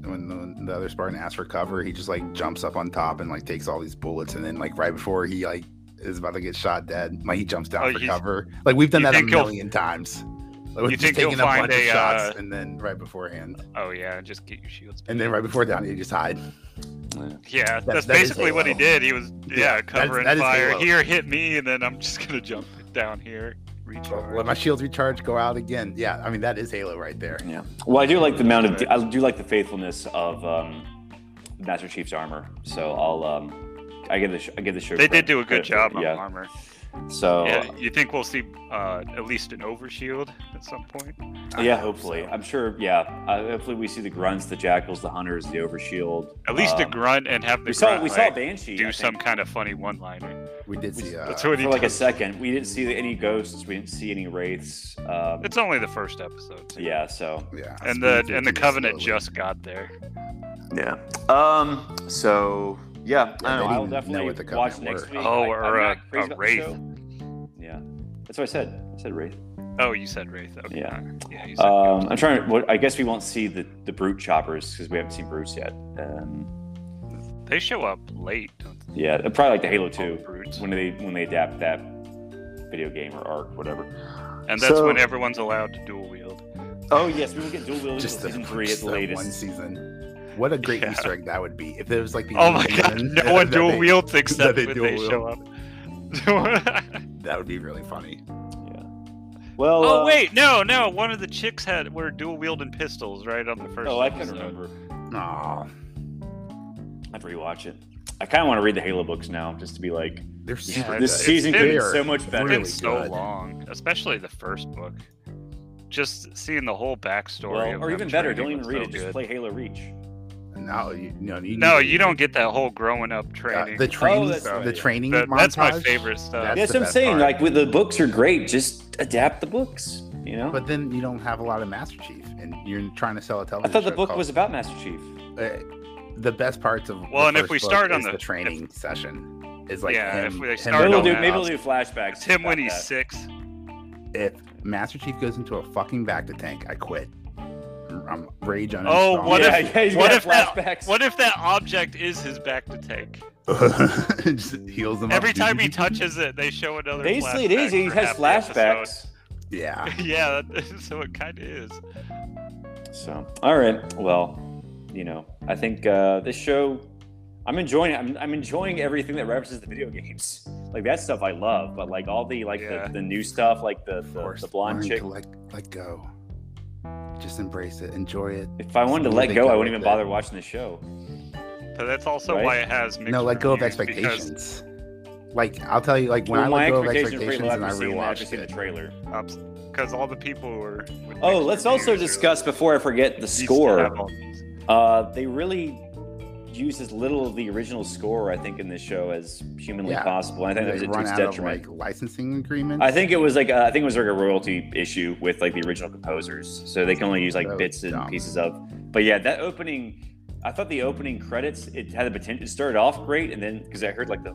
[SPEAKER 2] when the, when the other Spartan asks for cover, he just like jumps up on top and like takes all these bullets, and then like right before he like is about to get shot dead, like he jumps down
[SPEAKER 3] Oh,
[SPEAKER 2] for
[SPEAKER 3] he's-
[SPEAKER 2] cover. Like we've done
[SPEAKER 3] you
[SPEAKER 2] that a
[SPEAKER 3] think he'll-
[SPEAKER 2] 1000000 times. Like, we're
[SPEAKER 3] you
[SPEAKER 2] just
[SPEAKER 3] think he'll
[SPEAKER 2] taking a
[SPEAKER 3] find
[SPEAKER 2] bunch of
[SPEAKER 3] a,
[SPEAKER 2] shots,
[SPEAKER 3] uh,
[SPEAKER 2] and then right beforehand,
[SPEAKER 3] Oh yeah, just get your shields.
[SPEAKER 2] and then right before down, you just hide.
[SPEAKER 3] Yeah,
[SPEAKER 2] That-
[SPEAKER 3] that's
[SPEAKER 2] that is
[SPEAKER 3] basically what he
[SPEAKER 2] Halo.
[SPEAKER 3] did. He was yeah,
[SPEAKER 2] Yeah, that is-
[SPEAKER 3] covering
[SPEAKER 2] that is
[SPEAKER 3] fire.
[SPEAKER 2] Halo.
[SPEAKER 3] Here, hit me, and then I'm just gonna jump down here. Recharge.
[SPEAKER 2] Let my shields recharge, go out again. Yeah, I mean that is Halo right there.
[SPEAKER 1] yeah. Well, I do like the amount of I do like the faithfulness of um, Master Chief's armor. So I'll um, I give the sh- I give the show.
[SPEAKER 3] They
[SPEAKER 1] credit-
[SPEAKER 3] did do a
[SPEAKER 1] credit
[SPEAKER 3] good
[SPEAKER 1] for
[SPEAKER 3] job
[SPEAKER 1] it,
[SPEAKER 3] on
[SPEAKER 1] Yeah.
[SPEAKER 3] armor.
[SPEAKER 1] So uh,
[SPEAKER 3] yeah,
[SPEAKER 1] yeah,
[SPEAKER 3] you think we'll see uh, at least an overshield at some point?
[SPEAKER 1] hopefully, I'm sure. Yeah, uh, hopefully we see the grunts, the jackals, the hunters, the overshield.
[SPEAKER 3] At least a
[SPEAKER 1] um,
[SPEAKER 3] grunt and have the
[SPEAKER 1] We saw
[SPEAKER 3] grunt,
[SPEAKER 1] we saw
[SPEAKER 3] like,
[SPEAKER 1] Banshee I
[SPEAKER 3] do
[SPEAKER 1] think,
[SPEAKER 3] some kind of funny one-liner.
[SPEAKER 2] We did see. Uh,
[SPEAKER 3] That's what he
[SPEAKER 1] for like a
[SPEAKER 3] does.
[SPEAKER 1] second. We didn't see any ghosts. We didn't see any wraiths. Um,
[SPEAKER 3] It's only the first episode. too.
[SPEAKER 1] yeah, so
[SPEAKER 2] yeah.
[SPEAKER 3] And the
[SPEAKER 2] Speed
[SPEAKER 3] and the
[SPEAKER 2] through
[SPEAKER 3] covenant
[SPEAKER 2] slowly.
[SPEAKER 3] just got there.
[SPEAKER 1] yeah. Um. So yeah,
[SPEAKER 2] Yeah,
[SPEAKER 1] I
[SPEAKER 2] they
[SPEAKER 1] don't know. I'll
[SPEAKER 2] didn't know what the
[SPEAKER 1] definitely
[SPEAKER 2] covenant
[SPEAKER 1] watch next
[SPEAKER 2] were.
[SPEAKER 1] week.
[SPEAKER 3] Oh,
[SPEAKER 1] Like,
[SPEAKER 3] or
[SPEAKER 1] I'm not
[SPEAKER 3] a-
[SPEAKER 1] crazy
[SPEAKER 3] a
[SPEAKER 1] about the
[SPEAKER 3] wraith.
[SPEAKER 1] show. Yeah, that's what I said. I said wraith.
[SPEAKER 3] Oh, you said Wraith. Okay.
[SPEAKER 1] Yeah.
[SPEAKER 3] alright. Yeah. You said
[SPEAKER 1] Um, I'm trying. To, what, I guess we won't see the the brute choppers because we haven't seen brutes yet. Um,
[SPEAKER 3] they show up late. Don't they?
[SPEAKER 1] yeah, uh, probably like the Halo
[SPEAKER 3] All
[SPEAKER 1] Two
[SPEAKER 3] brutes.
[SPEAKER 1] when they when they adapt that video game or arc, whatever.
[SPEAKER 3] And that's
[SPEAKER 1] So-
[SPEAKER 3] when everyone's allowed to dual wield.
[SPEAKER 1] Oh yes, we will get dual wielding
[SPEAKER 2] Just the,
[SPEAKER 1] season three at
[SPEAKER 2] just
[SPEAKER 1] the
[SPEAKER 2] the one
[SPEAKER 1] latest.
[SPEAKER 2] season. What a great
[SPEAKER 3] Yeah.
[SPEAKER 2] Easter egg that would be if there was like the.
[SPEAKER 3] Oh my
[SPEAKER 2] only
[SPEAKER 3] god,
[SPEAKER 2] season
[SPEAKER 3] no one
[SPEAKER 2] that
[SPEAKER 3] dual
[SPEAKER 2] they-
[SPEAKER 3] wields
[SPEAKER 2] that
[SPEAKER 3] except
[SPEAKER 2] they
[SPEAKER 3] when
[SPEAKER 2] dual
[SPEAKER 3] they show up.
[SPEAKER 2] That would be really funny.
[SPEAKER 1] Well,
[SPEAKER 3] oh
[SPEAKER 1] uh,
[SPEAKER 3] wait, no, no. One of the chicks had were dual wielding pistols right on the first.
[SPEAKER 1] Oh, I can
[SPEAKER 3] episode.
[SPEAKER 1] remember.
[SPEAKER 2] Aw,
[SPEAKER 1] I have to rewatch it. I kind of want to read the Halo books now, just to be like,
[SPEAKER 2] they're super
[SPEAKER 1] this
[SPEAKER 2] good.
[SPEAKER 1] season could
[SPEAKER 2] They
[SPEAKER 1] be
[SPEAKER 2] are
[SPEAKER 1] so much better.
[SPEAKER 3] It's
[SPEAKER 2] really
[SPEAKER 3] been so
[SPEAKER 2] good.
[SPEAKER 3] long, especially the first book. Just seeing the whole backstory.
[SPEAKER 1] well,
[SPEAKER 3] of
[SPEAKER 1] or
[SPEAKER 3] them
[SPEAKER 1] even better, don't
[SPEAKER 3] training
[SPEAKER 1] even
[SPEAKER 3] was
[SPEAKER 1] read
[SPEAKER 3] so
[SPEAKER 1] it. Just
[SPEAKER 3] good.
[SPEAKER 1] play Halo Reach.
[SPEAKER 2] No, you, no, you
[SPEAKER 3] No,
[SPEAKER 2] need-
[SPEAKER 3] you don't get that whole growing up
[SPEAKER 2] Uh,
[SPEAKER 3] training.
[SPEAKER 2] the training,
[SPEAKER 1] that's right,
[SPEAKER 2] the
[SPEAKER 1] yeah.
[SPEAKER 2] training
[SPEAKER 3] That- that's my
[SPEAKER 2] montage,
[SPEAKER 3] favorite stuff.
[SPEAKER 2] That's
[SPEAKER 1] That's
[SPEAKER 2] the
[SPEAKER 1] what I'm
[SPEAKER 2] best
[SPEAKER 1] saying.
[SPEAKER 2] part.
[SPEAKER 1] Like, with the books are great. Just adapt the books. You know.
[SPEAKER 2] But then you don't have a lot of Master Chief, and you're trying to sell a
[SPEAKER 1] I
[SPEAKER 2] television.
[SPEAKER 1] thought the
[SPEAKER 2] show
[SPEAKER 1] book
[SPEAKER 2] called-
[SPEAKER 1] was about Master Chief.
[SPEAKER 2] uh, the best parts of.
[SPEAKER 3] Well,
[SPEAKER 2] the
[SPEAKER 3] and if
[SPEAKER 2] first
[SPEAKER 3] we
[SPEAKER 2] book
[SPEAKER 3] start on
[SPEAKER 2] is
[SPEAKER 3] the-
[SPEAKER 2] the training session, is like
[SPEAKER 3] Yeah,
[SPEAKER 2] him-
[SPEAKER 3] if we
[SPEAKER 2] him
[SPEAKER 3] start
[SPEAKER 1] Maybe
[SPEAKER 3] on
[SPEAKER 1] we'll
[SPEAKER 2] going
[SPEAKER 1] do
[SPEAKER 3] that.
[SPEAKER 2] out.
[SPEAKER 1] maybe we'll do flashbacks.
[SPEAKER 3] It's him when
[SPEAKER 1] about
[SPEAKER 3] he's
[SPEAKER 1] that.
[SPEAKER 3] six.
[SPEAKER 2] if Master Chief goes into a fucking back to tank, I quit. I'm rage on.
[SPEAKER 3] Oh,
[SPEAKER 2] install.
[SPEAKER 3] What
[SPEAKER 1] yeah,
[SPEAKER 3] if-
[SPEAKER 1] yeah, he's
[SPEAKER 3] what
[SPEAKER 1] got
[SPEAKER 3] if that-
[SPEAKER 1] flashbacks?
[SPEAKER 3] What if that object is his back to take?
[SPEAKER 2] Just heals them up.
[SPEAKER 3] Every time he touches it, they show another.
[SPEAKER 1] Basically, it is.
[SPEAKER 3] flashback
[SPEAKER 1] He
[SPEAKER 3] for
[SPEAKER 1] has
[SPEAKER 3] half the episode.
[SPEAKER 1] flashbacks.
[SPEAKER 2] Yeah,
[SPEAKER 3] yeah, that- so it kind of is.
[SPEAKER 1] So, all right. Well, you know, I think uh, this show, I'm enjoying. it. I'm, I'm enjoying everything that references the video games. Like that stuff I love, but like all the like
[SPEAKER 3] Yeah.
[SPEAKER 1] the, the new stuff, like the the,
[SPEAKER 2] Force
[SPEAKER 1] the blonde
[SPEAKER 2] learn
[SPEAKER 1] chick.
[SPEAKER 2] To let, let go. Just embrace it. Enjoy it.
[SPEAKER 1] If I wanted to
[SPEAKER 2] Something
[SPEAKER 1] let
[SPEAKER 2] they
[SPEAKER 1] go,
[SPEAKER 2] go
[SPEAKER 1] I wouldn't even
[SPEAKER 2] with it.
[SPEAKER 1] bother watching the show.
[SPEAKER 3] But that's also
[SPEAKER 1] Right?
[SPEAKER 3] why it has mixed
[SPEAKER 2] no, let go of
[SPEAKER 3] reviews, because
[SPEAKER 2] expectations. Like I'll tell you, like when
[SPEAKER 1] Well,
[SPEAKER 2] I
[SPEAKER 1] my
[SPEAKER 2] let go of
[SPEAKER 1] expectations are pretty
[SPEAKER 2] expectations
[SPEAKER 1] low
[SPEAKER 2] and I
[SPEAKER 1] after seeing, that- after
[SPEAKER 2] rewatched
[SPEAKER 1] seeing the
[SPEAKER 2] it.
[SPEAKER 1] trailer.
[SPEAKER 3] because all the people were. with
[SPEAKER 1] Oh,
[SPEAKER 3] mixed
[SPEAKER 1] let's also
[SPEAKER 3] reviews are
[SPEAKER 1] discuss before I forget the
[SPEAKER 3] like, "These
[SPEAKER 1] score.
[SPEAKER 3] have all these."
[SPEAKER 1] Uh, they really use as little of the original score, I think, in this show as humanly
[SPEAKER 2] Yeah.
[SPEAKER 1] possible. And I think that was
[SPEAKER 2] They
[SPEAKER 1] a
[SPEAKER 2] run
[SPEAKER 1] its
[SPEAKER 2] out
[SPEAKER 1] detriment.
[SPEAKER 2] of like licensing agreements.
[SPEAKER 1] I think it was like uh, I think it was like a royalty issue with like the original composers, so they can only use like
[SPEAKER 2] That was
[SPEAKER 1] bits and
[SPEAKER 2] dumb.
[SPEAKER 1] pieces of. But yeah, that opening, I thought the opening credits it had the potential. It started off great, and then because I heard like the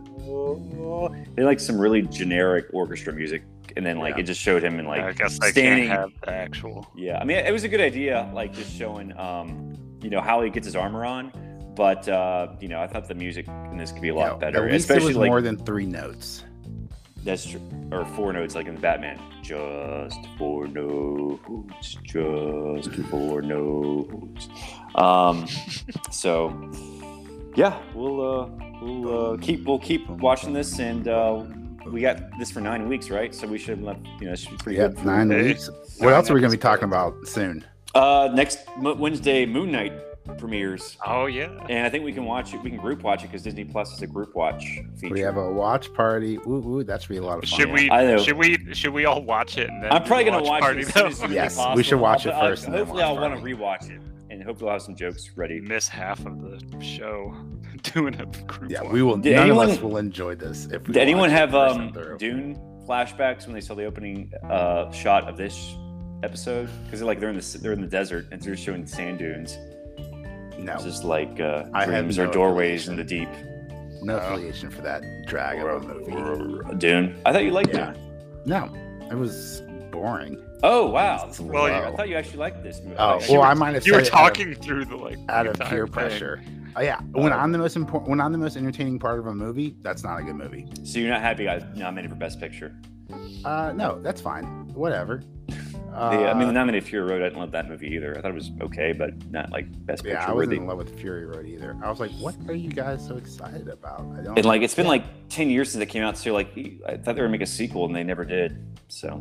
[SPEAKER 1] they like some really generic orchestra music, and then like
[SPEAKER 2] Yeah.
[SPEAKER 1] it just showed him in like
[SPEAKER 3] I guess they
[SPEAKER 1] standing-
[SPEAKER 3] can't have the actual.
[SPEAKER 1] yeah, I mean, it was a good idea, like just showing, um, you know, how he gets his armor on. But uh, you know, I thought the music in this could be a lot
[SPEAKER 2] Yeah,
[SPEAKER 1] better,
[SPEAKER 2] At least
[SPEAKER 1] especially
[SPEAKER 2] it was
[SPEAKER 1] like
[SPEAKER 2] more than three notes.
[SPEAKER 1] that's true, or four notes, like in the Batman. Just four notes, just four notes. Um, so yeah, we'll uh, we'll uh, keep we'll keep watching this, and uh, we got this for nine weeks, right? So we should, have you know, it should be pretty
[SPEAKER 2] Yeah,
[SPEAKER 1] good. for-
[SPEAKER 2] nine
[SPEAKER 3] Hey.
[SPEAKER 2] weeks. What
[SPEAKER 3] Nine
[SPEAKER 2] else are we gonna be
[SPEAKER 3] episodes.
[SPEAKER 2] talking about soon?
[SPEAKER 1] Uh, next Mo- Wednesday, Moon Knight premieres.
[SPEAKER 3] Oh yeah.
[SPEAKER 1] And I think we can watch it. We can group watch it because Disney Plus is a group watch feature.
[SPEAKER 2] We have a watch party. Ooh, ooh, that should be a lot of fun.
[SPEAKER 3] Should we?
[SPEAKER 1] I know.
[SPEAKER 3] Should we? Should we all watch it? And then
[SPEAKER 1] I'm probably
[SPEAKER 3] do a
[SPEAKER 1] gonna watch,
[SPEAKER 3] party,
[SPEAKER 1] it as soon
[SPEAKER 3] though?
[SPEAKER 1] as humanly
[SPEAKER 2] Yes, we
[SPEAKER 1] possible.
[SPEAKER 2] should watch
[SPEAKER 1] I'll-
[SPEAKER 2] it
[SPEAKER 1] I'll-
[SPEAKER 2] first and then
[SPEAKER 1] hopefully,
[SPEAKER 2] watch
[SPEAKER 1] I'll want to
[SPEAKER 2] Barbie.
[SPEAKER 1] rewatch it, and hopefully, I'll have some jokes ready.
[SPEAKER 3] miss half of the show doing a group.
[SPEAKER 2] Yeah,
[SPEAKER 3] one.
[SPEAKER 2] we will.
[SPEAKER 1] Did
[SPEAKER 2] none
[SPEAKER 1] anyone-
[SPEAKER 2] of us will enjoy this. If we
[SPEAKER 1] Did anyone
[SPEAKER 2] watch it
[SPEAKER 1] have
[SPEAKER 2] first and
[SPEAKER 1] um,
[SPEAKER 2] through.
[SPEAKER 1] Dune flashbacks when they saw the opening uh, shot of this episode? Because like they're in the they're in the desert and they're showing sand dunes,
[SPEAKER 2] no,
[SPEAKER 1] It's just like uh,
[SPEAKER 2] I have
[SPEAKER 1] dreams
[SPEAKER 2] no
[SPEAKER 1] or doorways in the deep.
[SPEAKER 2] no
[SPEAKER 1] uh,
[SPEAKER 3] No.
[SPEAKER 2] affiliation for that drag of a movie.
[SPEAKER 1] Dune. I thought you liked
[SPEAKER 2] Yeah.
[SPEAKER 1] Dune.
[SPEAKER 2] No, it was boring.
[SPEAKER 1] Oh wow.
[SPEAKER 2] It's
[SPEAKER 3] Well,
[SPEAKER 1] I
[SPEAKER 2] low.
[SPEAKER 1] thought you actually liked this movie.
[SPEAKER 2] Oh,
[SPEAKER 1] Like,
[SPEAKER 2] well,
[SPEAKER 3] were-
[SPEAKER 2] I might have
[SPEAKER 3] You were
[SPEAKER 2] said it out of-
[SPEAKER 3] talking through the like
[SPEAKER 2] out of
[SPEAKER 3] entire
[SPEAKER 2] peer
[SPEAKER 3] thing.
[SPEAKER 2] pressure. Oh, yeah, when
[SPEAKER 1] Oh.
[SPEAKER 2] I'm the most important, when I'm the most entertaining part of a movie, that's not a good movie.
[SPEAKER 1] So you're not happy I was nominated for Best Picture?
[SPEAKER 2] Uh, no, that's fine. Whatever. Uh,
[SPEAKER 1] The- I mean, the nominated Fury Road. I didn't love that movie either. I thought it was okay, but not like Best Picture
[SPEAKER 2] yeah, I wasn't
[SPEAKER 1] worthy.
[SPEAKER 2] in love with Fury Road either. I was like, what are you guys so excited about? I don't.
[SPEAKER 1] And like, it's been like ten years since it came out. So like, I thought they were gonna make a sequel, and they never did. So.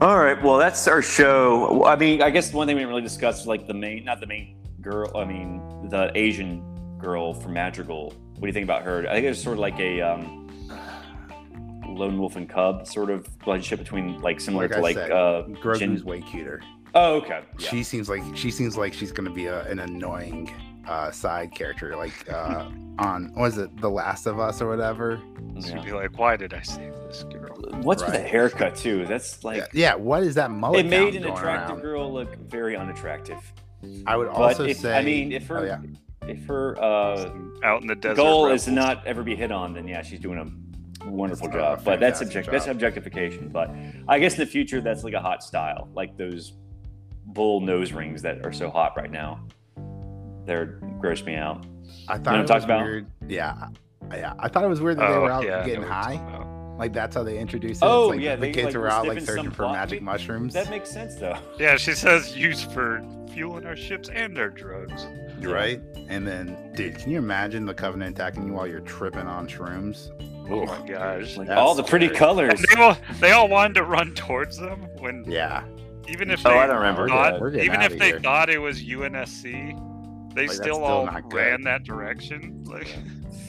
[SPEAKER 1] All right. Well, that's our show. Well, I mean, I guess one thing we didn't really discuss was like the main, not the main girl. I mean, the Asian girl from Madrigal What do you think about her? I think it's sort of like a um, lone wolf and cub sort of relationship between like similar
[SPEAKER 2] Like
[SPEAKER 1] to
[SPEAKER 2] I
[SPEAKER 1] like
[SPEAKER 2] said,
[SPEAKER 1] uh,
[SPEAKER 2] Grogu's
[SPEAKER 1] Jin-
[SPEAKER 2] way cuter.
[SPEAKER 1] oh okay yeah.
[SPEAKER 2] She seems like she seems like she's gonna be a, an annoying uh, side character, like uh, on was it The Last of Us or whatever?
[SPEAKER 3] She'd
[SPEAKER 1] Yeah.
[SPEAKER 3] be like, "Why did I save this girl?"
[SPEAKER 1] What's with
[SPEAKER 2] Right.
[SPEAKER 1] that haircut too? That's like
[SPEAKER 2] yeah, yeah, what is that mullet?
[SPEAKER 1] it made
[SPEAKER 2] down
[SPEAKER 1] an
[SPEAKER 2] going
[SPEAKER 1] attractive
[SPEAKER 2] around?
[SPEAKER 1] girl look very unattractive.
[SPEAKER 2] I would
[SPEAKER 1] But
[SPEAKER 2] also
[SPEAKER 1] if,
[SPEAKER 2] say,
[SPEAKER 1] I mean, if her
[SPEAKER 2] oh, yeah.
[SPEAKER 1] if her uh,
[SPEAKER 3] Out in the desert.
[SPEAKER 1] goal is
[SPEAKER 3] rebels.
[SPEAKER 1] to not ever be hit on, then yeah, she's doing a wonderful
[SPEAKER 2] That's a
[SPEAKER 1] job. But that's
[SPEAKER 2] fantastic
[SPEAKER 1] subject
[SPEAKER 2] job.
[SPEAKER 1] that's objectification. But I guess in the future, that's like a hot style, like those bull nose rings that are so hot right now. They're gross me out.
[SPEAKER 2] I
[SPEAKER 1] what
[SPEAKER 2] thought
[SPEAKER 1] I'm
[SPEAKER 2] it
[SPEAKER 1] talking
[SPEAKER 2] was
[SPEAKER 1] about?
[SPEAKER 2] weird. Yeah, I- yeah, I thought it was weird that they
[SPEAKER 3] Oh,
[SPEAKER 2] were out
[SPEAKER 3] yeah, I know
[SPEAKER 2] getting
[SPEAKER 3] what you're talking
[SPEAKER 2] high.
[SPEAKER 3] about.
[SPEAKER 2] Like that's how they introduced it. It's
[SPEAKER 1] Oh,
[SPEAKER 2] like
[SPEAKER 1] yeah,
[SPEAKER 2] the
[SPEAKER 1] they,
[SPEAKER 2] kids
[SPEAKER 1] like,
[SPEAKER 2] were
[SPEAKER 1] were
[SPEAKER 2] out like
[SPEAKER 1] sniffing some
[SPEAKER 2] searching for
[SPEAKER 1] pot.
[SPEAKER 2] magic mushrooms.
[SPEAKER 1] That makes sense though.
[SPEAKER 3] Yeah, she says used for fueling our ships and our drugs.
[SPEAKER 2] You're right. And then, dude, can you imagine the Covenant attacking you while you're tripping on shrooms?
[SPEAKER 3] Oh my gosh.
[SPEAKER 1] Like,
[SPEAKER 2] That's
[SPEAKER 1] all the pretty
[SPEAKER 2] hilarious.
[SPEAKER 1] colors.
[SPEAKER 3] They all, they all wanted to run towards them when
[SPEAKER 2] Yeah.
[SPEAKER 3] even if
[SPEAKER 1] Oh,
[SPEAKER 3] they
[SPEAKER 1] I don't remember
[SPEAKER 3] thought-
[SPEAKER 1] that.
[SPEAKER 2] We're getting
[SPEAKER 3] even
[SPEAKER 2] out
[SPEAKER 3] if
[SPEAKER 2] of
[SPEAKER 3] they
[SPEAKER 2] here.
[SPEAKER 3] thought it was UNSC, they
[SPEAKER 2] that's
[SPEAKER 3] still
[SPEAKER 2] still
[SPEAKER 3] all
[SPEAKER 2] not good.
[SPEAKER 3] ran that direction. Like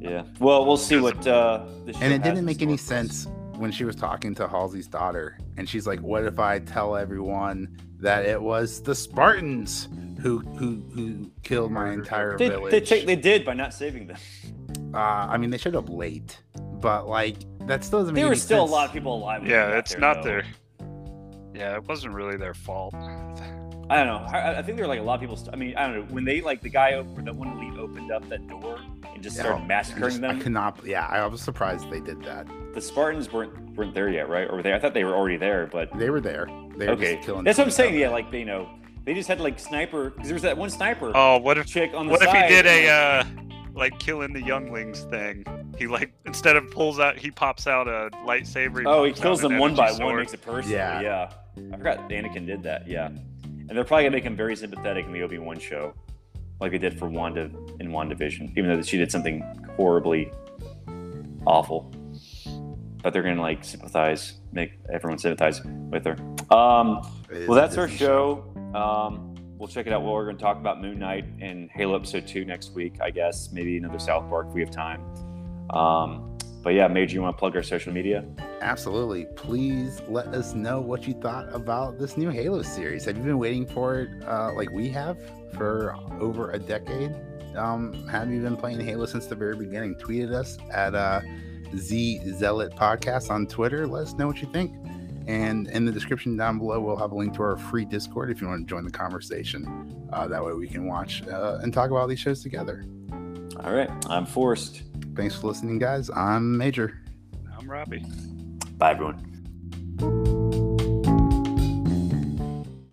[SPEAKER 1] Yeah. Well, we'll see what. Uh, this
[SPEAKER 2] And
[SPEAKER 1] show
[SPEAKER 2] it
[SPEAKER 1] has in
[SPEAKER 2] didn't make any
[SPEAKER 1] store for us.
[SPEAKER 2] sense when she was talking to Halsey's daughter, and she's like, "What if I tell everyone that it was the Spartans who who who killed my entire
[SPEAKER 1] They,
[SPEAKER 2] village?"
[SPEAKER 1] they, take- they did by not saving them.
[SPEAKER 2] uh, I mean, they showed up late, but like that still doesn't.
[SPEAKER 1] There
[SPEAKER 2] make
[SPEAKER 1] were
[SPEAKER 2] any
[SPEAKER 1] still a
[SPEAKER 2] sense.
[SPEAKER 1] lot of people alive. when they
[SPEAKER 3] Yeah,
[SPEAKER 1] got
[SPEAKER 3] it's
[SPEAKER 1] there,
[SPEAKER 3] not
[SPEAKER 1] though.
[SPEAKER 3] their Yeah, it wasn't really their fault.
[SPEAKER 1] I don't know. I, I think there were like a lot of people. St- I mean, I don't know. When they like the guy over that one elite opened up that door and just
[SPEAKER 2] Yeah,
[SPEAKER 1] started
[SPEAKER 2] I'm
[SPEAKER 1] massacring
[SPEAKER 2] just- Oh, I
[SPEAKER 1] them,
[SPEAKER 2] cannot. Yeah, I was surprised they did that.
[SPEAKER 1] the Spartans weren't weren't there yet, right? Or were they? I thought they were already there, but
[SPEAKER 2] They were there. They were
[SPEAKER 1] okay.
[SPEAKER 2] just killing
[SPEAKER 1] That's what I'm
[SPEAKER 2] each
[SPEAKER 1] saying.
[SPEAKER 2] other.
[SPEAKER 1] Yeah, like you know, they just had like sniper because there was that one sniper
[SPEAKER 3] Oh, what if
[SPEAKER 1] chick on the
[SPEAKER 3] what if
[SPEAKER 1] side.
[SPEAKER 3] he did a uh like killing the younglings thing? He like instead of pulls out he pops out a lightsaber.
[SPEAKER 1] oh, he
[SPEAKER 3] pops out
[SPEAKER 1] kills
[SPEAKER 3] an
[SPEAKER 1] them one by
[SPEAKER 3] energy
[SPEAKER 1] one,
[SPEAKER 3] sword.
[SPEAKER 1] makes it personal.
[SPEAKER 2] Yeah.
[SPEAKER 1] Yeah. I forgot Anakin did that. Yeah, and they're probably gonna make him very sympathetic in the Obi Wan show, like they did for Wanda in WandaVision, even though she did something horribly awful. But they're gonna like sympathize, make everyone sympathize with her. Um,
[SPEAKER 2] It is
[SPEAKER 1] well,
[SPEAKER 2] a
[SPEAKER 1] that's our
[SPEAKER 2] Disney
[SPEAKER 1] show. Um, we'll check it out. We're going to talk about Moon Knight and Halo Episode 2 next week, I guess. Maybe another South Park if we have time. Um, but yeah, Major, you want to plug our social media?
[SPEAKER 2] Absolutely. Please let us know what you thought about this new Halo series. Have you been waiting for it uh, like we have for over a decade? Um, have you been playing Halo since the very beginning? Tweeted us at uh, Z Zealot Podcast on Twitter. Let us know what you think. And in the description down below, we'll have a link to our free Discord if you want to join the conversation. Uh, that way we can watch uh, and talk about these shows together.
[SPEAKER 1] All right. I'm Forrest.
[SPEAKER 2] Thanks for listening, guys. I'm Major.
[SPEAKER 3] I'm Robbie.
[SPEAKER 1] Bye, everyone.